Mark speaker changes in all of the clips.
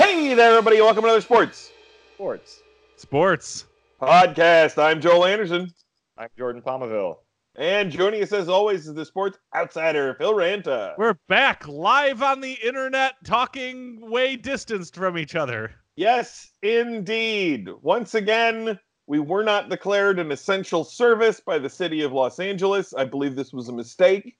Speaker 1: Hey there, everybody. Welcome to another sports
Speaker 2: Sports.
Speaker 3: Sports.
Speaker 1: podcast. I'm Joel Anderson.
Speaker 2: I'm Jordan Palmaville.
Speaker 1: And joining us, as always, is the sports outsider, Phil Ranta.
Speaker 3: We're back live on the internet talking way distanced from each other.
Speaker 1: Yes, indeed. Once again, we were not declared an essential service by the city of Los Angeles. I believe this was a mistake,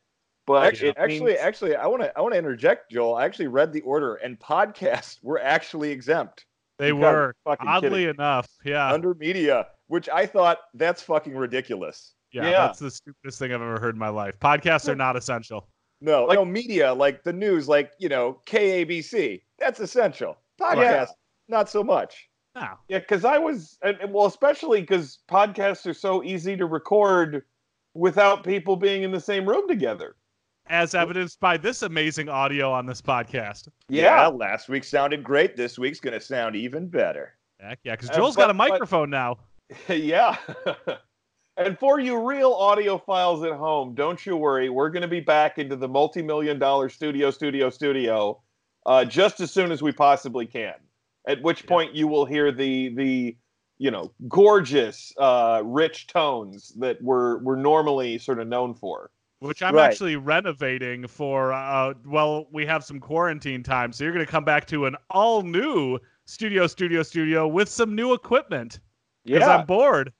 Speaker 1: but
Speaker 2: Actually,
Speaker 1: it
Speaker 2: actually,
Speaker 1: means-
Speaker 2: actually, I want to I want to interject, Joel. I actually read the order, and podcasts were actually exempt
Speaker 3: They
Speaker 1: You gotta
Speaker 3: were,
Speaker 1: fucking
Speaker 3: oddly
Speaker 1: kidding.
Speaker 3: enough. Yeah,
Speaker 2: under media, which I thought that's fucking ridiculous.
Speaker 3: yeah.
Speaker 1: Yeah.
Speaker 3: That's the stupidest thing I've ever heard in my life. Podcasts are not essential.
Speaker 2: No, like, no media, like the news, like you know KABC. That's essential. Podcast,
Speaker 1: Yeah.
Speaker 2: not so much.
Speaker 3: No.
Speaker 1: Yeah, because I was, and, and, well, especially because podcasts are so easy to record without people being in the same room together.
Speaker 3: As evidenced by this amazing audio on this podcast.
Speaker 2: last week sounded great. This week's gonna sound even better.
Speaker 3: Heck yeah, because
Speaker 1: Uh,
Speaker 3: Joel's
Speaker 1: but-
Speaker 3: got a
Speaker 1: but-
Speaker 3: microphone now.
Speaker 1: yeah. and for you real audiophiles at home, don't you worry. We're going to be back into the multi million dollar studio, studio, studio uh, just as soon as we possibly can. At which
Speaker 3: Yeah.
Speaker 1: point you will hear the, the, you know, gorgeous, uh, rich tones that we're, we're normally sort of known for.
Speaker 3: which I'm
Speaker 2: Right.
Speaker 3: actually renovating for. Uh, well, we have some quarantine time, so you're going to come back to an all new studio, studio, studio with some new equipment because I'm bored.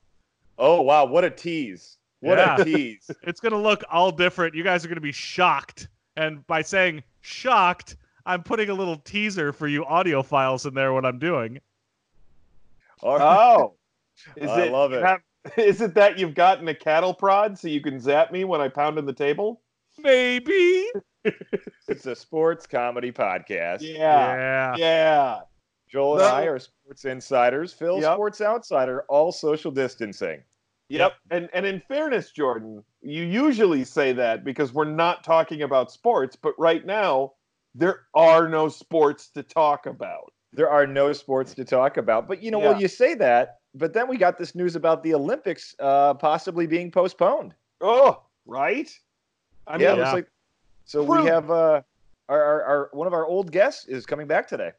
Speaker 2: Oh wow, what a tease! What
Speaker 3: Yeah.
Speaker 2: a tease!
Speaker 3: It's going to look all different. You guys are going to be shocked, and by saying shocked, I'm putting a little teaser for you audio files in there. What I'm doing.
Speaker 2: All right.
Speaker 1: Oh, is
Speaker 2: I
Speaker 1: it,
Speaker 2: love it.
Speaker 1: have- is it that you've gotten a cattle prod so you can zap me when I pound on the table?
Speaker 3: Maybe.
Speaker 2: it's a sports comedy podcast.
Speaker 3: Yeah.
Speaker 1: yeah.
Speaker 2: Joel
Speaker 1: No.
Speaker 2: and I are sports insiders. Phil,
Speaker 1: Yep.
Speaker 2: sports outsider, all social distancing.
Speaker 1: Yep. And and in fairness, Jordan, you usually say that because we're not talking about sports, but right now there are no sports to talk about.
Speaker 2: There are no sports to talk about. But you know,
Speaker 1: Yeah.
Speaker 2: well, you say that, but then we got this news about the Olympics uh, possibly being postponed.
Speaker 1: Oh, right? I
Speaker 2: yeah,
Speaker 1: mean,
Speaker 2: it looks
Speaker 3: Yeah.
Speaker 2: like so
Speaker 1: Prove
Speaker 2: we
Speaker 1: it.
Speaker 2: have uh, our, our, our one of our old guests is coming back today.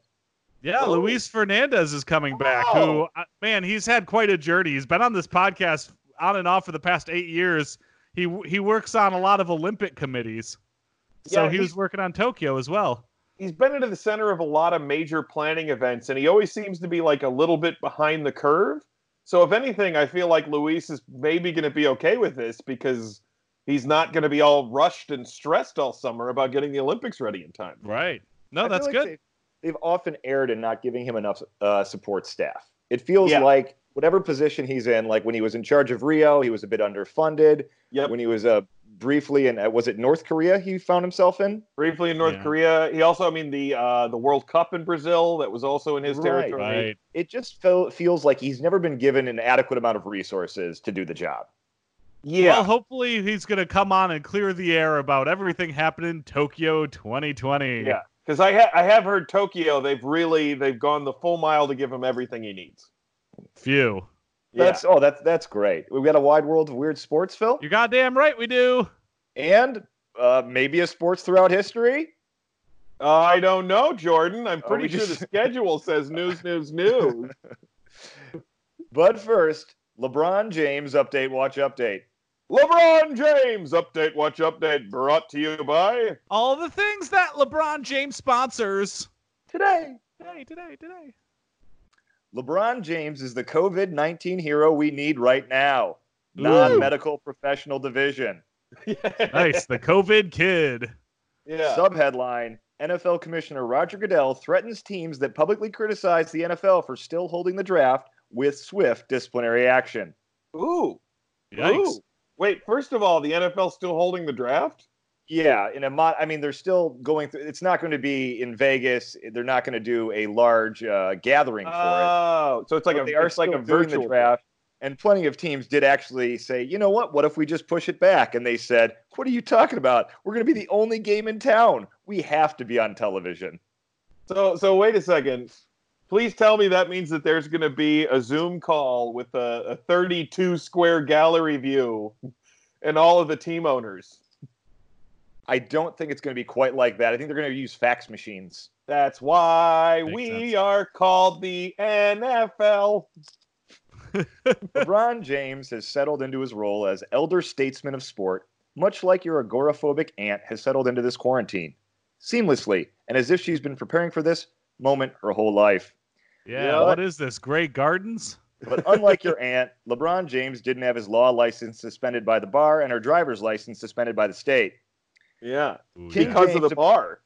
Speaker 3: Yeah,
Speaker 1: Oh.
Speaker 3: Luis Fernandez is coming back.
Speaker 1: Oh.
Speaker 3: Who, uh, man, he's had quite a journey. He's been on this podcast on and off for the past eight years. He he works on a lot of Olympic committees, so
Speaker 1: Yeah,
Speaker 3: he was
Speaker 1: he's-
Speaker 3: working on Tokyo as well.
Speaker 1: he's been into the center of a lot of major planning events, and he always seems to be like a little bit behind the curve. So, if anything, I feel like Luis is maybe going to be okay with this because he's not going to be all rushed and stressed all summer about getting the Olympics ready in time.
Speaker 3: Right.
Speaker 2: I
Speaker 3: No,
Speaker 1: Oh,
Speaker 2: feel
Speaker 3: that's
Speaker 2: like
Speaker 3: good.
Speaker 2: They, they've often erred in not giving him enough uh, support staff. It feels
Speaker 1: Yeah.
Speaker 2: like whatever position he's in, like when he was in charge of Rio, he was a bit underfunded.
Speaker 1: Yep.
Speaker 2: When he was uh, briefly in, uh, was it North Korea he found himself in?
Speaker 1: Briefly in North
Speaker 3: Yeah.
Speaker 1: Korea, he also, I mean, the uh, the World Cup in Brazil that was also in his
Speaker 2: Right.
Speaker 1: territory.
Speaker 3: right.
Speaker 2: It just felt, feels like he's never been given an adequate amount of resources to do the job.
Speaker 1: Yeah,
Speaker 3: Well, hopefully he's gonna come on and clear the air about everything happening in Tokyo 2020.
Speaker 1: yeah. Because I ha- I have heard Tokyo, they've really they've gone the full mile to give him everything he needs.
Speaker 3: Phew.
Speaker 2: That's oh, that's that's great. We've got a wide world of weird sports, Phil,
Speaker 3: You're goddamn right we do.
Speaker 2: and uh, maybe a sports throughout history.
Speaker 1: Uh, I don't know, Jordan. I'm
Speaker 2: Are
Speaker 1: pretty
Speaker 2: Oh, we
Speaker 1: sure
Speaker 2: just-
Speaker 1: the schedule says news, news, news.
Speaker 2: But first, LeBron James update. Watch update.
Speaker 1: LeBron James update, watch update, brought to you by.
Speaker 3: All the things that LeBron James sponsors.
Speaker 2: Today,
Speaker 3: Today, today, today.
Speaker 2: LeBron James is the COVID 19 hero we need right now.
Speaker 3: Ooh.
Speaker 2: Non medical professional division.
Speaker 3: Nice. The COVID kid.
Speaker 1: Yeah.
Speaker 2: Subheadline NFL Commissioner Roger Goodell threatens teams that publicly criticize the NFL for still holding the draft with swift disciplinary action.
Speaker 1: Ooh.
Speaker 3: Yikes.
Speaker 1: Ooh. Wait, first of all, the NFL still holding the draft?
Speaker 2: Yeah, in a mod, I mean, they're still going through. It's not going to be in Vegas. They're not going to do a large uh, gathering for it.
Speaker 1: Oh, so it's like
Speaker 2: But
Speaker 1: a
Speaker 2: they are
Speaker 1: it's like a
Speaker 2: still doing
Speaker 1: virtual
Speaker 2: the draft. And plenty of teams did actually say, you know what? What if we just push it back? And they said, what are you talking about? We're going to be the only game in town. We have to be on television.
Speaker 1: So so wait a second. Please tell me that means that there's going to be a Zoom call with a, a 32 square gallery view and all of the team owners.
Speaker 2: I don't think it's going to be quite like that. I think they're going to use fax machines.
Speaker 1: That's why
Speaker 3: Makes
Speaker 1: we
Speaker 3: sense.
Speaker 1: are called the NFL.
Speaker 2: LeBron James has settled into his role as elder statesman of sport, much like your agoraphobic aunt has settled into this quarantine, seamlessly, and as if she's been preparing for this moment her whole life.
Speaker 3: Yeah.
Speaker 1: Yeah.
Speaker 3: What is this? Grey Gardens?
Speaker 2: But unlike your aunt, LeBron James didn't have his law license suspended by the bar and her driver's license suspended by the state.
Speaker 1: Yeah.
Speaker 3: Ooh, yeah.
Speaker 2: King
Speaker 1: Because of
Speaker 2: James-
Speaker 1: the bar.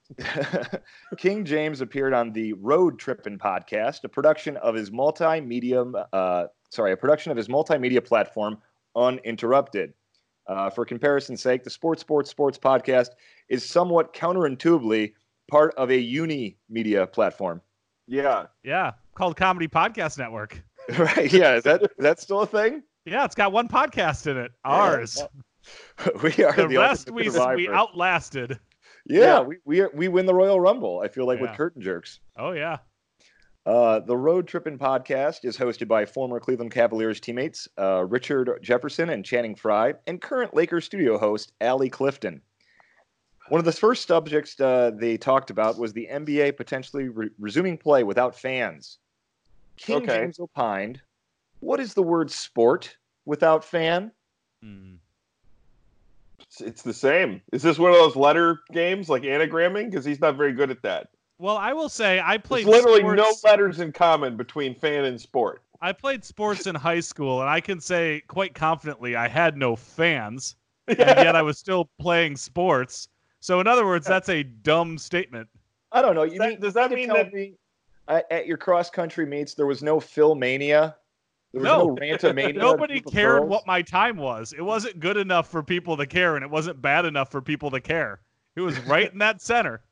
Speaker 2: King James appeared on the Road Trippin' podcast, a production of his multimedia, uh, sorry, a production of his multimedia platform, Uninterrupted. Uh, for comparison's sake, the Sports Sports Sports podcast is somewhat counterintuitively part of a uni media platform.
Speaker 1: Yeah.
Speaker 3: Yeah. Called Comedy Podcast Network.
Speaker 2: right? Yeah, is that is that still a thing?
Speaker 3: Yeah, it's got one podcast in it. Ours.
Speaker 2: we are the,
Speaker 3: the rest
Speaker 2: ultimate
Speaker 3: we
Speaker 2: survivor.
Speaker 3: we outlasted.
Speaker 2: Yeah,
Speaker 1: Yeah.
Speaker 2: we we, are, we win the Royal Rumble. I feel like with
Speaker 3: Yeah.
Speaker 2: curtain jerks.
Speaker 3: Oh yeah.
Speaker 2: Uh, the Road Trippin' podcast is hosted by former Cleveland Cavaliers teammates uh, Richard Jefferson and Channing Frye, and current Lakers studio host Allie Clifton. One of the first subjects uh, they talked about was the NBA potentially re- resuming play without fans. King
Speaker 1: Okay.
Speaker 2: James opined, "What is the word sport without fan?"
Speaker 1: Hmm.
Speaker 3: Mm.
Speaker 1: It's, it's the same. Is this one of those letter games like anagramming? Because he's not very good at that.
Speaker 3: Well, I will say I
Speaker 1: There's
Speaker 3: played
Speaker 1: literally no
Speaker 3: sports-
Speaker 1: letters in common between fan and sport.
Speaker 3: I played sports in high school, and I can say quite confidently I had no fans, and
Speaker 1: Yeah.
Speaker 3: yet I was still playing sports. So, in other words, that's a dumb statement.
Speaker 2: I don't know. You
Speaker 1: Does that,
Speaker 2: mean,
Speaker 1: does that
Speaker 2: you
Speaker 1: mean
Speaker 2: tell
Speaker 1: that
Speaker 2: me uh, at your cross country meets there was no Philmania? There was no,
Speaker 3: No.
Speaker 2: rantomania.
Speaker 3: Nobody
Speaker 2: group of
Speaker 3: cared
Speaker 2: girls?
Speaker 3: what my time was. It wasn't good enough for people to care, and it wasn't bad enough for people to care. It was right in that center.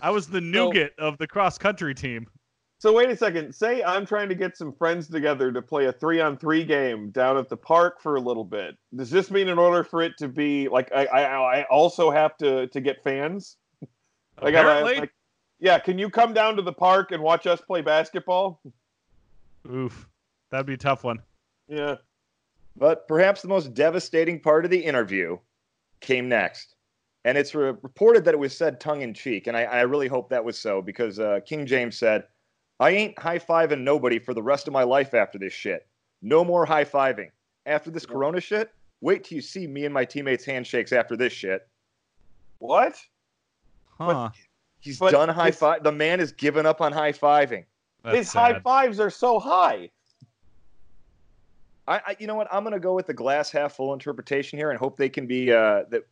Speaker 3: I was the nougat of the cross country team.
Speaker 1: So wait a second. Say I'm trying to get some friends together to play a three on three game down at the park for a little bit. Does this mean in order for it to be like I I, I also have to to get fans? Like, I-
Speaker 3: Apparently,
Speaker 1: like, yeah. Can you come down to the park and watch us play basketball?
Speaker 3: oof, that'd be a tough one.
Speaker 1: Yeah.
Speaker 2: But perhaps the most devastating part of the interview came next. And it's re- reported that it was said tongue in cheek. And I, I really hope that was so because uh, King James said, I ain't high fiving nobody for the rest of my life after this shit. No more high fiving. After this corona shit, wait till you see me and my teammates' handshakes after this shit.
Speaker 1: What?
Speaker 3: Huh?
Speaker 2: He's
Speaker 1: But
Speaker 2: done high
Speaker 1: it's-
Speaker 2: five. The man has given up on high fiving.
Speaker 3: That's
Speaker 1: His high
Speaker 3: sad.
Speaker 1: fives are so high.
Speaker 2: I, I you know what I'm going to go with the glass half full interpretation here and hope they can be uh, that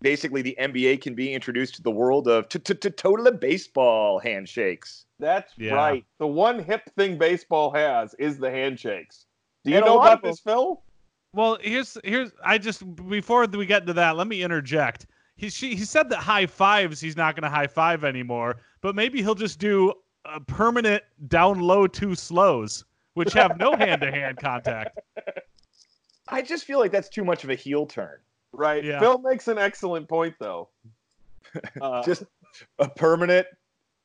Speaker 2: basically the NBA can be introduced to the world of t- t- t- total baseball handshakes.
Speaker 1: That's
Speaker 3: Yeah.
Speaker 1: right. The one hip thing baseball has is the handshakes. Do you
Speaker 2: And a
Speaker 1: know
Speaker 2: lot
Speaker 1: about
Speaker 2: of 'em-
Speaker 1: this, Phil?
Speaker 3: Well, here's here's I just before we get into that, let me interject. He she, he said that high fives he's not going to high five anymore, but maybe he'll just do a permanent down low two slows, which have no hand to hand contact.
Speaker 2: I just feel like that's too much of a heel turn.
Speaker 1: Right.
Speaker 3: Yeah.
Speaker 1: Phil makes an excellent point though. Uh,
Speaker 2: Just a permanent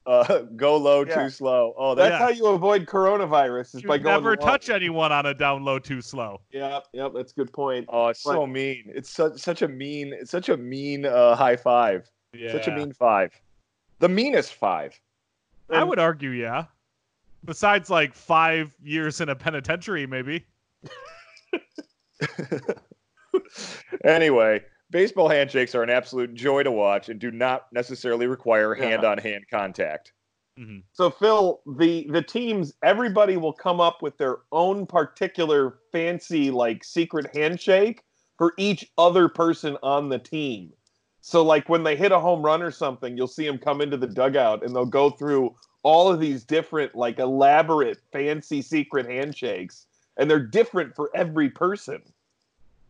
Speaker 2: uh, go low,
Speaker 1: Yeah.
Speaker 2: too slow. Oh,
Speaker 1: That's
Speaker 2: that's
Speaker 3: Yeah.
Speaker 1: how you avoid coronavirus is
Speaker 3: You
Speaker 1: by going
Speaker 3: never
Speaker 1: low.
Speaker 3: touch anyone on a down low too slow.
Speaker 1: Yep, yep, that's a good point.
Speaker 2: oh, it's so mean. It's such such a mean. It's such a mean uh, high five.
Speaker 3: Yeah,
Speaker 2: Such a mean five. The meanest five.
Speaker 3: I would argue, yeah. Besides, like five years in a penitentiary, maybe.
Speaker 2: anyway, baseball handshakes are an absolute joy to watch and do not necessarily require
Speaker 1: Yeah.
Speaker 2: hand on hand contact.
Speaker 3: Mhm.
Speaker 1: So Phil, the the teams, everybody will come up with their own particular fancy like secret handshake for each other person on the team. So like when they hit a home run or something, you'll see them come into the dugout and they'll go through all of these different like elaborate fancy secret handshakes and they're different for every person.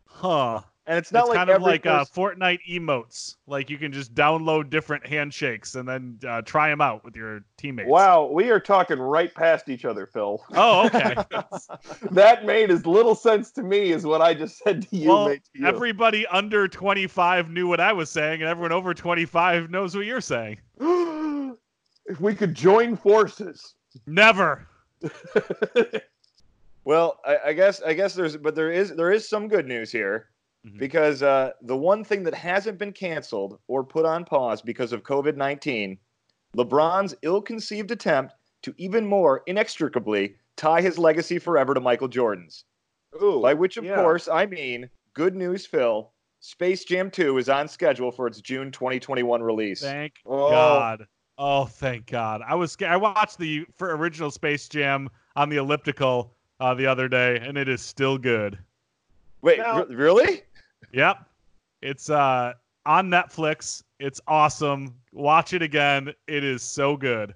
Speaker 3: Huh.
Speaker 2: And it's
Speaker 3: It's,
Speaker 2: not like
Speaker 3: kind of
Speaker 2: every
Speaker 3: like uh,
Speaker 2: person-
Speaker 3: Fortnite emotes. Like you can just download different handshakes and then uh, try them out with your teammates.
Speaker 1: Wow, we are talking right past each other, Phil.
Speaker 3: Oh, okay.
Speaker 1: that made as little sense to me as what I just said to you.
Speaker 3: Well,
Speaker 1: made to you.
Speaker 3: Everybody under 25 knew what I was saying, and everyone over 25 knows what you're saying.
Speaker 1: if we could join forces.
Speaker 3: Never.
Speaker 2: well, I, I guess I guess there's but there is there is some good news here
Speaker 3: Mhm.
Speaker 2: because uh, the one thing that hasn't been canceled or put on pause because of COVID nineteen LeBron's ill conceived attempt to even more inextricably tie his legacy forever to Michael Jordan's.
Speaker 1: Ooh,
Speaker 2: By which, of
Speaker 1: yeah.
Speaker 2: course, I mean good news, Phil. Space Jam 2 is on schedule for its June 2021 release.
Speaker 3: Thank
Speaker 1: Oh.
Speaker 3: God. Oh, thank God. I was scared. I watched the for original Space Jam on the elliptical uh, the other day, and it is still good.
Speaker 2: Wait,
Speaker 1: Now-
Speaker 2: re- really?
Speaker 3: Yep. It's uh, on Netflix. It's awesome. Watch it again. It is so good.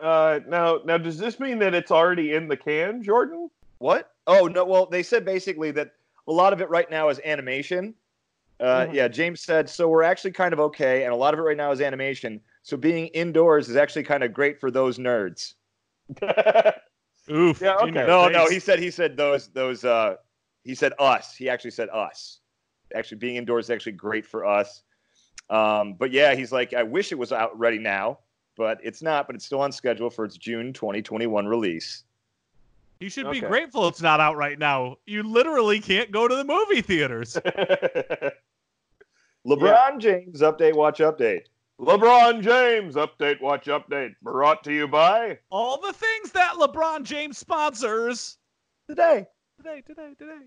Speaker 1: Uh, now, now, does this mean that it's already in the can, Jordan?
Speaker 2: What? Oh no. Well, they said basically that a lot of it right now is animation. Uh,
Speaker 1: Mhm.
Speaker 2: Yeah, James said so. We're actually kind of okay, and a lot of it right now is animation. So being indoors is actually kind of great for those nerds.
Speaker 3: Oof.
Speaker 1: Yeah,
Speaker 3: in
Speaker 1: okay.
Speaker 3: your
Speaker 2: No, no,
Speaker 3: face.
Speaker 2: he said he said those those. Uh, he said us. He actually said us. Actually, being indoors is actually great for us. Um, but yeah, he's like, I wish it was out ready now, but it's not. But it's still on schedule for its June 2021 release.
Speaker 3: You should be
Speaker 1: Okay.
Speaker 3: grateful it's not out right now. You literally can't go to the movie theaters.
Speaker 2: LeBron James update. Watch update.
Speaker 1: LeBron James update, watch update, brought to you by.
Speaker 3: All the things that LeBron James sponsors.
Speaker 2: Today.
Speaker 3: Today, today, today.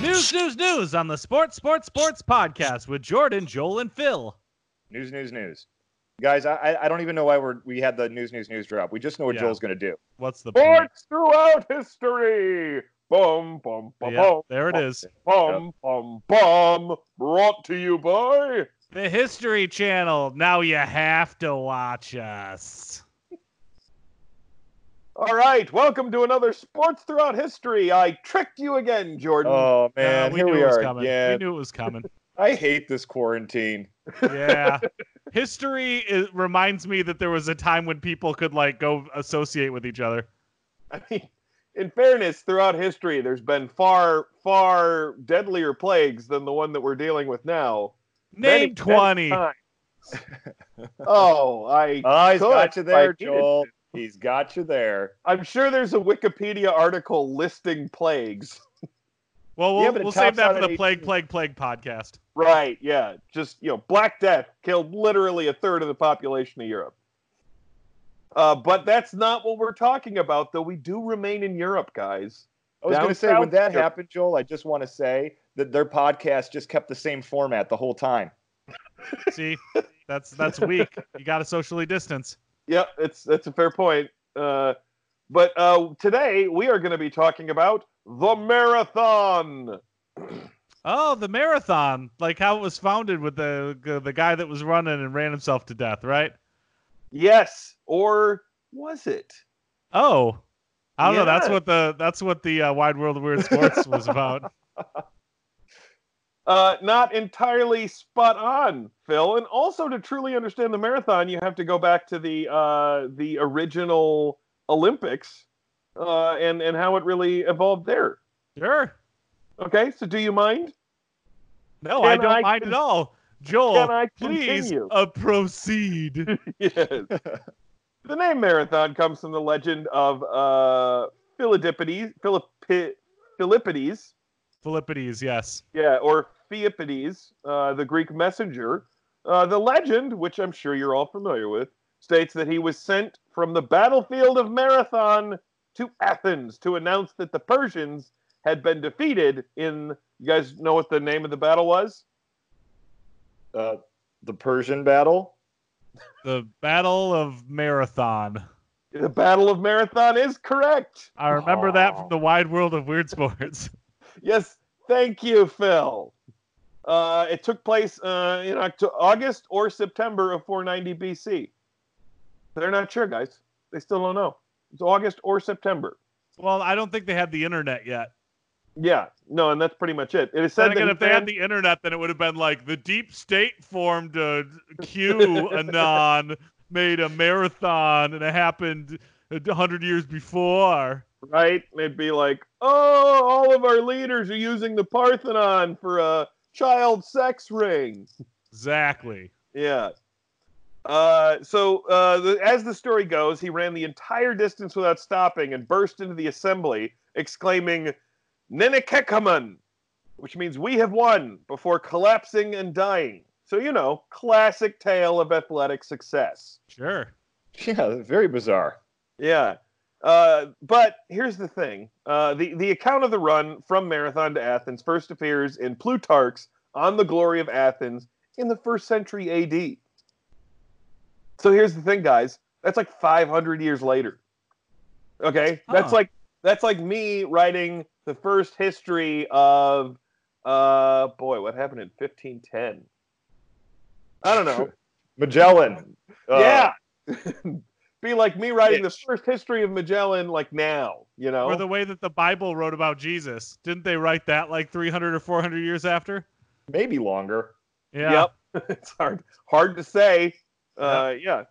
Speaker 3: News, news, news on the Sports, Sports, Sports podcast with Jordan, Joel, and Phil.
Speaker 2: News, news, news. Guys, I- I, I don't even know why we're, we had the news, news, news drop. We just know what
Speaker 3: Yeah.
Speaker 2: Joel's going to do.
Speaker 3: What's the point?
Speaker 1: Sports throughout history. Boom, boom, boom,
Speaker 3: Yeah,
Speaker 1: boom,
Speaker 3: there it is.
Speaker 1: boom, boom, boom, brought to you by.
Speaker 3: The History Channel. Now you have to watch us.
Speaker 1: All right, welcome to another Sports Throughout History. I tricked you again, Jordan.
Speaker 2: Oh, man.
Speaker 3: Uh,
Speaker 2: Here
Speaker 3: knew
Speaker 2: we
Speaker 3: it was
Speaker 2: are.
Speaker 3: coming.
Speaker 2: Yeah.
Speaker 3: We knew it was coming.
Speaker 2: I hate this quarantine.
Speaker 3: yeah history is, reminds me that there was a time when people could like go associate with each other
Speaker 1: I mean, in fairness, throughout history, there's been far, far deadlier plagues than the one that we're dealing with now. Many,
Speaker 3: name
Speaker 1: many
Speaker 3: 20
Speaker 2: uh,
Speaker 1: times. oh, I.
Speaker 2: Oh, he's
Speaker 1: Good.
Speaker 2: got you there,
Speaker 1: I needed
Speaker 2: Joel. He's got you there.
Speaker 1: I'm sure there's a Wikipedia article listing plagues.
Speaker 3: well we'll,
Speaker 2: Yeah, but it
Speaker 3: we'll save
Speaker 2: tops out
Speaker 3: that for
Speaker 2: at
Speaker 3: the plague
Speaker 2: 18.
Speaker 3: plague plague podcast
Speaker 1: Right, yeah. Just, you know, Black Death killed literally a third of the population of Europe. Uh, but that's not what we're talking about, though. We do remain in Europe, guys.
Speaker 2: I was
Speaker 1: Down
Speaker 2: going to say, when
Speaker 1: south
Speaker 2: that
Speaker 1: here.
Speaker 2: happened, Joel, I just want to say that their podcast just kept the same format the whole time.
Speaker 3: see that's that's weak you gotta socially distance
Speaker 1: Yeah, it's that's a fair point. Uh, but uh, today we are going to be talking about the marathon.
Speaker 3: oh the marathon like how it was founded with the the guy that was running and ran himself to death right
Speaker 1: Yes, or was it?
Speaker 3: oh I don't know. That's
Speaker 1: Yeah.
Speaker 3: what the that's what the uh, wide world of weird sports was about.
Speaker 1: Uh, not entirely spot on, Phil. And also, to truly understand the marathon, you have to go back to the uh, the original Olympics uh, and and how it really evolved there.
Speaker 3: Sure.
Speaker 1: Okay, so do you mind?
Speaker 3: No,
Speaker 1: Can
Speaker 3: I don't
Speaker 1: I
Speaker 3: mind
Speaker 1: con-
Speaker 3: at all. Joel,
Speaker 1: Can I
Speaker 3: Oh, please
Speaker 1: continue?
Speaker 3: uh, proceed.
Speaker 1: yes. The name Marathon comes from the legend of uh, Philippides, Philippi, Philippides,
Speaker 3: Philippides, yes.
Speaker 1: yeah, or Philippides, uh, the Greek messenger. Uh, the legend, which I'm sure you're all familiar with, states that he was sent from the battlefield of Marathon to Athens to announce that the Persians had been defeated in. You guys know what the name of the battle was?
Speaker 2: Uh, the Persian battle.
Speaker 3: The Battle of Marathon.
Speaker 1: The Battle of Marathon is correct.
Speaker 3: I remember that
Speaker 2: Aw.
Speaker 3: from the wide world of weird sports.
Speaker 1: Yes, thank you, Phil. Uh, it took place uh, in Octo- August or September of 490 BC. They're not sure, guys. They still don't know. It's August or September.
Speaker 3: Well, I don't think they had the internet yet.
Speaker 1: Yeah, no, and that's pretty much it. It is
Speaker 3: Then
Speaker 1: said
Speaker 3: again,
Speaker 1: that
Speaker 3: if they had the internet, then it would have been like the deep state formed a QAnon, made a marathon, and it happened a hundred years before.
Speaker 1: right, they'd be like, "Oh, all of our leaders are using the Parthenon for a child sex ring."
Speaker 3: Exactly.
Speaker 1: Yeah. Uh, so uh, the, as the story goes, he ran the entire distance without stopping and burst into the assembly, exclaiming, "Nenekekaman," which means "We have won!" before collapsing and dying. So, you know, classic tale of athletic success.
Speaker 3: Sure.
Speaker 2: Yeah, very bizarre.
Speaker 1: Yeah. Uh, but here's the thing uh, the, the account of the run from Marathon to Athens first appears in Plutarch's On the Glory of Athens in the first century AD. So here's the thing, guys. That's like 500 years later. Okay. That's
Speaker 3: Huh.
Speaker 1: like that's like me writing the first history of uh boy what happened in 1510 i don't know
Speaker 2: Magellan. Uh,
Speaker 1: yeah. Be like me writing the
Speaker 2: Bitch.
Speaker 1: first history of Magellan, like now, you know?
Speaker 3: Or the way that the Bible wrote about Jesus. Didn't they write that like 300 or 400 years after?
Speaker 2: Maybe longer.
Speaker 3: Yeah.
Speaker 1: Yep. it's hard hard to say. Uh, yeah.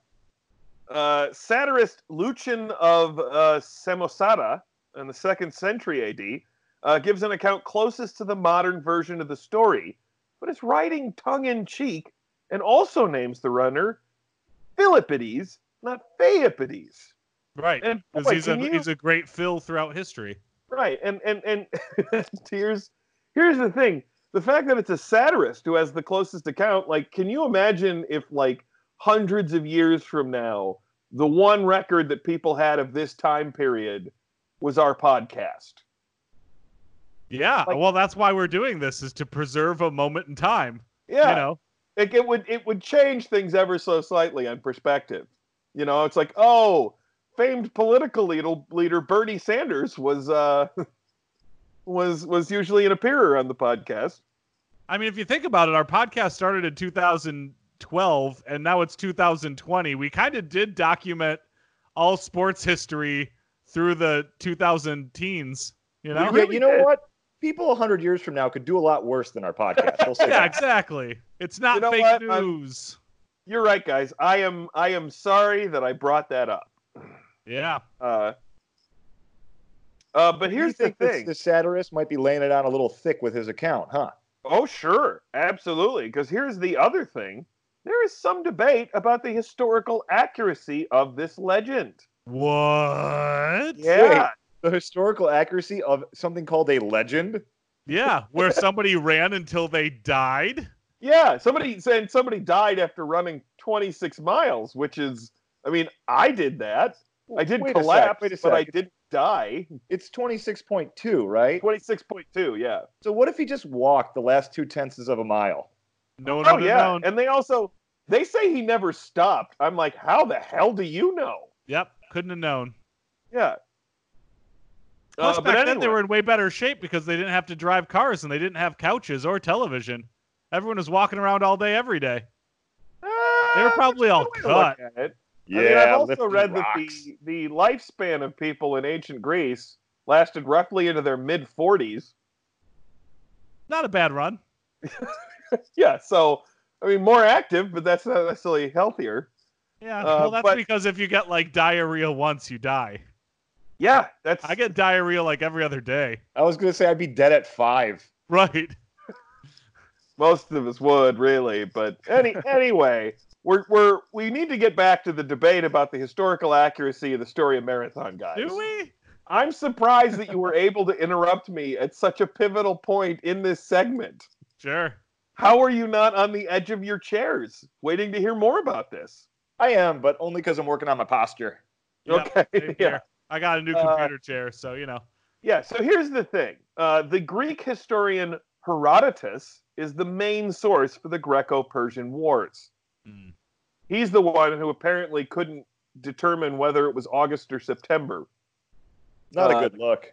Speaker 1: Uh, satirist Lucian of uh, Samosata in the second century AD uh, gives an account closest to the modern version of the story, but it's writing tongue in cheek and also names the runner Philippides, not Phaeippides.
Speaker 3: Right.
Speaker 1: And
Speaker 3: Because
Speaker 1: boy,
Speaker 3: he's, a,
Speaker 1: Oh, can you-
Speaker 3: he's a great fill throughout history.
Speaker 1: Right, and and and here's here's the thing: the fact that it's a satirist who has the closest account. Like, can you imagine if like hundreds of years from now, the one record that people had of this time period was our podcast?
Speaker 3: Yeah.
Speaker 1: Like-
Speaker 3: well, that's why we're doing this is to preserve a moment in time.
Speaker 1: Yeah,
Speaker 3: You know,
Speaker 1: it, it would it would change things ever so slightly on perspective. You know, it's like oh, famed political leader, leader Bernie Sanders was uh, was was usually an appearer on the podcast.
Speaker 3: I mean, if you think about it, our podcast started in 2012 and now it's 2020. We kind of did document all sports history through the 2000 teens, you know?
Speaker 2: Yeah,
Speaker 1: really
Speaker 2: you know
Speaker 1: did.
Speaker 2: what? People 100 years from now could do a lot worse than our podcast. I'll say
Speaker 3: yeah,
Speaker 2: that.
Speaker 3: exactly. It's not
Speaker 1: You know
Speaker 3: fake
Speaker 1: what? I'm-
Speaker 3: news.
Speaker 1: You're right, guys. I am I am sorry that I brought that up.
Speaker 3: Yeah.
Speaker 1: Uh, uh, but
Speaker 2: You
Speaker 1: here's the
Speaker 2: think this-
Speaker 1: thing.
Speaker 2: The satirist might be laying it on a little thick with his account, huh?
Speaker 1: Oh, sure, absolutely. Because here's the other thing. There is some debate about the historical accuracy of this legend.
Speaker 3: What?
Speaker 1: Yeah,
Speaker 2: The historical accuracy of something called a legend.
Speaker 3: Yeah, where somebody ran until they died.
Speaker 1: yeah. Somebody said somebody died after running 26 miles, which is, I mean, I did that. I did
Speaker 2: Wait a sec,
Speaker 1: collapse,
Speaker 2: wait a
Speaker 1: but I
Speaker 2: sec.
Speaker 1: didn't die.
Speaker 2: It's 26.2, right?
Speaker 1: 26.2, yeah.
Speaker 2: So what if he just walked the last two tenths of a mile?
Speaker 3: No one
Speaker 1: Oh
Speaker 3: would have
Speaker 1: yeah,
Speaker 3: known.
Speaker 1: and they also they say he never stopped. I'm like, how the hell do you know?
Speaker 3: Yep, couldn't have known.
Speaker 1: Yeah.
Speaker 3: Plus,
Speaker 1: Uh,
Speaker 3: back then they were in way better shape because they didn't have to drive cars and they didn't have couches or television. Everyone was walking around all day, every day.
Speaker 1: Ah,
Speaker 3: They were probably all
Speaker 1: that's a way to look
Speaker 3: cut.
Speaker 1: at it. I mean, I've also read
Speaker 2: rocks.
Speaker 1: that the, the lifespan of people in ancient Greece lasted roughly into their mid 40s.
Speaker 3: Not a bad run.
Speaker 1: Yeah, so I mean, more active, but that's not necessarily healthier.
Speaker 3: Yeah.
Speaker 1: Uh,
Speaker 3: well, that's
Speaker 1: but-
Speaker 3: because if you get like diarrhea once, you die.
Speaker 1: Yeah, that's
Speaker 3: I get diarrhea like every other day.
Speaker 2: I was gonna say I'd be dead at five.
Speaker 3: Right.
Speaker 1: most of us would really but any anyway we're, we're we need to get back to the debate about the historical accuracy of the story of marathon guys
Speaker 3: Do we?
Speaker 1: i'm surprised that you were able to interrupt me at such a pivotal point in this segment
Speaker 3: Sure.
Speaker 1: how are you not on the edge of your chairs waiting to hear more about this
Speaker 2: I am, but only because I'm working on my posture.
Speaker 3: Yep,
Speaker 1: okay
Speaker 3: same
Speaker 1: yeah
Speaker 3: here. I got a new
Speaker 1: Uh,
Speaker 3: computer chair, so you know.
Speaker 1: Yeah, so here's the thing. Uh, the Greek historian Herodotus is the main source for the Greco Persian Wars.
Speaker 3: Mm.
Speaker 1: He's the one who apparently couldn't determine whether it was August or September.
Speaker 2: Not
Speaker 1: Uh,
Speaker 2: a good look.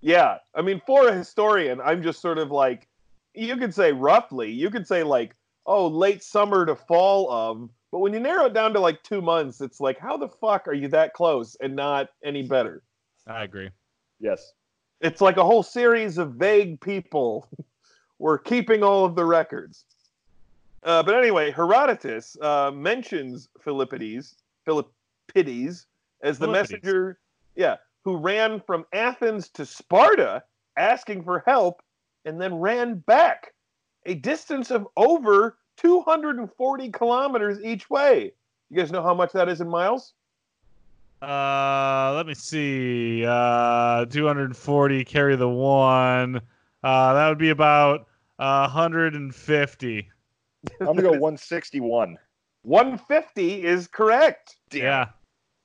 Speaker 1: Yeah, I mean, for a historian, I'm just sort of like, you could say roughly, you could say like, oh, late summer to fall of, but when you narrow it down to like two months, it's like, how the fuck are you that close and not any better?
Speaker 3: I agree.
Speaker 2: Yes.
Speaker 1: it's like a whole series of vague people were keeping all of the records. Uh, but anyway, Herodotus uh, mentions Philippides, Philippides as the
Speaker 3: Philippides.
Speaker 1: messenger, yeah, who ran from Athens to Sparta asking for help and then ran back a distance of over 240 kilometers each way. You guys know how much that is in miles?
Speaker 3: Uh, let me see. Uh, 240 carry the one. Uh, that would be about uh, 150.
Speaker 2: I'm gonna go 161.
Speaker 1: 150 is correct.
Speaker 3: Yeah.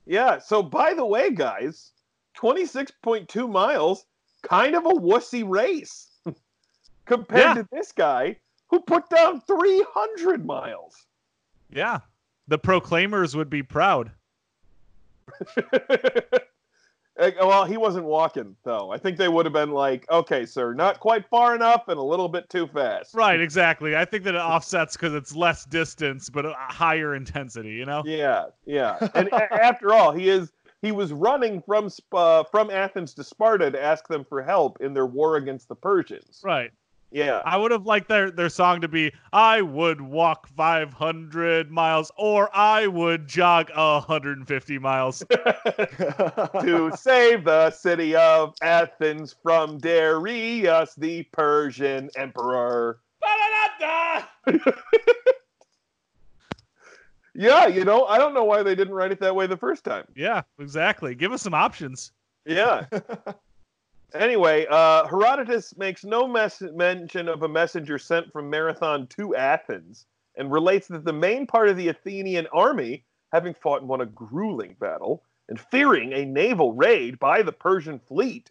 Speaker 1: Yeah. So, by the way, guys, 26.2 miles, kind of a wussy race compared
Speaker 3: Yeah.
Speaker 1: to this guy who put down 300 miles.
Speaker 3: Yeah. The Proclaimers would be proud.
Speaker 1: Eh, well, he wasn't walking, though. I think they would have been like, okay, sir, not quite far enough and a little bit too fast.
Speaker 3: Right, exactly. I think that it offsets because it's less distance but a higher intensity, you know?
Speaker 1: Yeah, yeah. And a- after all, he is he was running from Spa, from Athens to Sparta to ask them for help in their war against the Persians.
Speaker 3: Right.
Speaker 1: Yeah.
Speaker 3: I would have liked their, their song to be I would walk 500 miles or I would jog 150 miles.
Speaker 1: to save the city of Athens from Darius the Persian emperor. Ba-da-da-da! yeah, you know, I don't know why they didn't write it that way the first time.
Speaker 3: yeah, exactly. Give us some options.
Speaker 1: Yeah. anyway, uh, Herodotus makes no mes- mention of a messenger sent from Marathon to Athens and relates that the main part of the Athenian army, having fought and won a grueling battle and fearing a naval raid by the Persian fleet,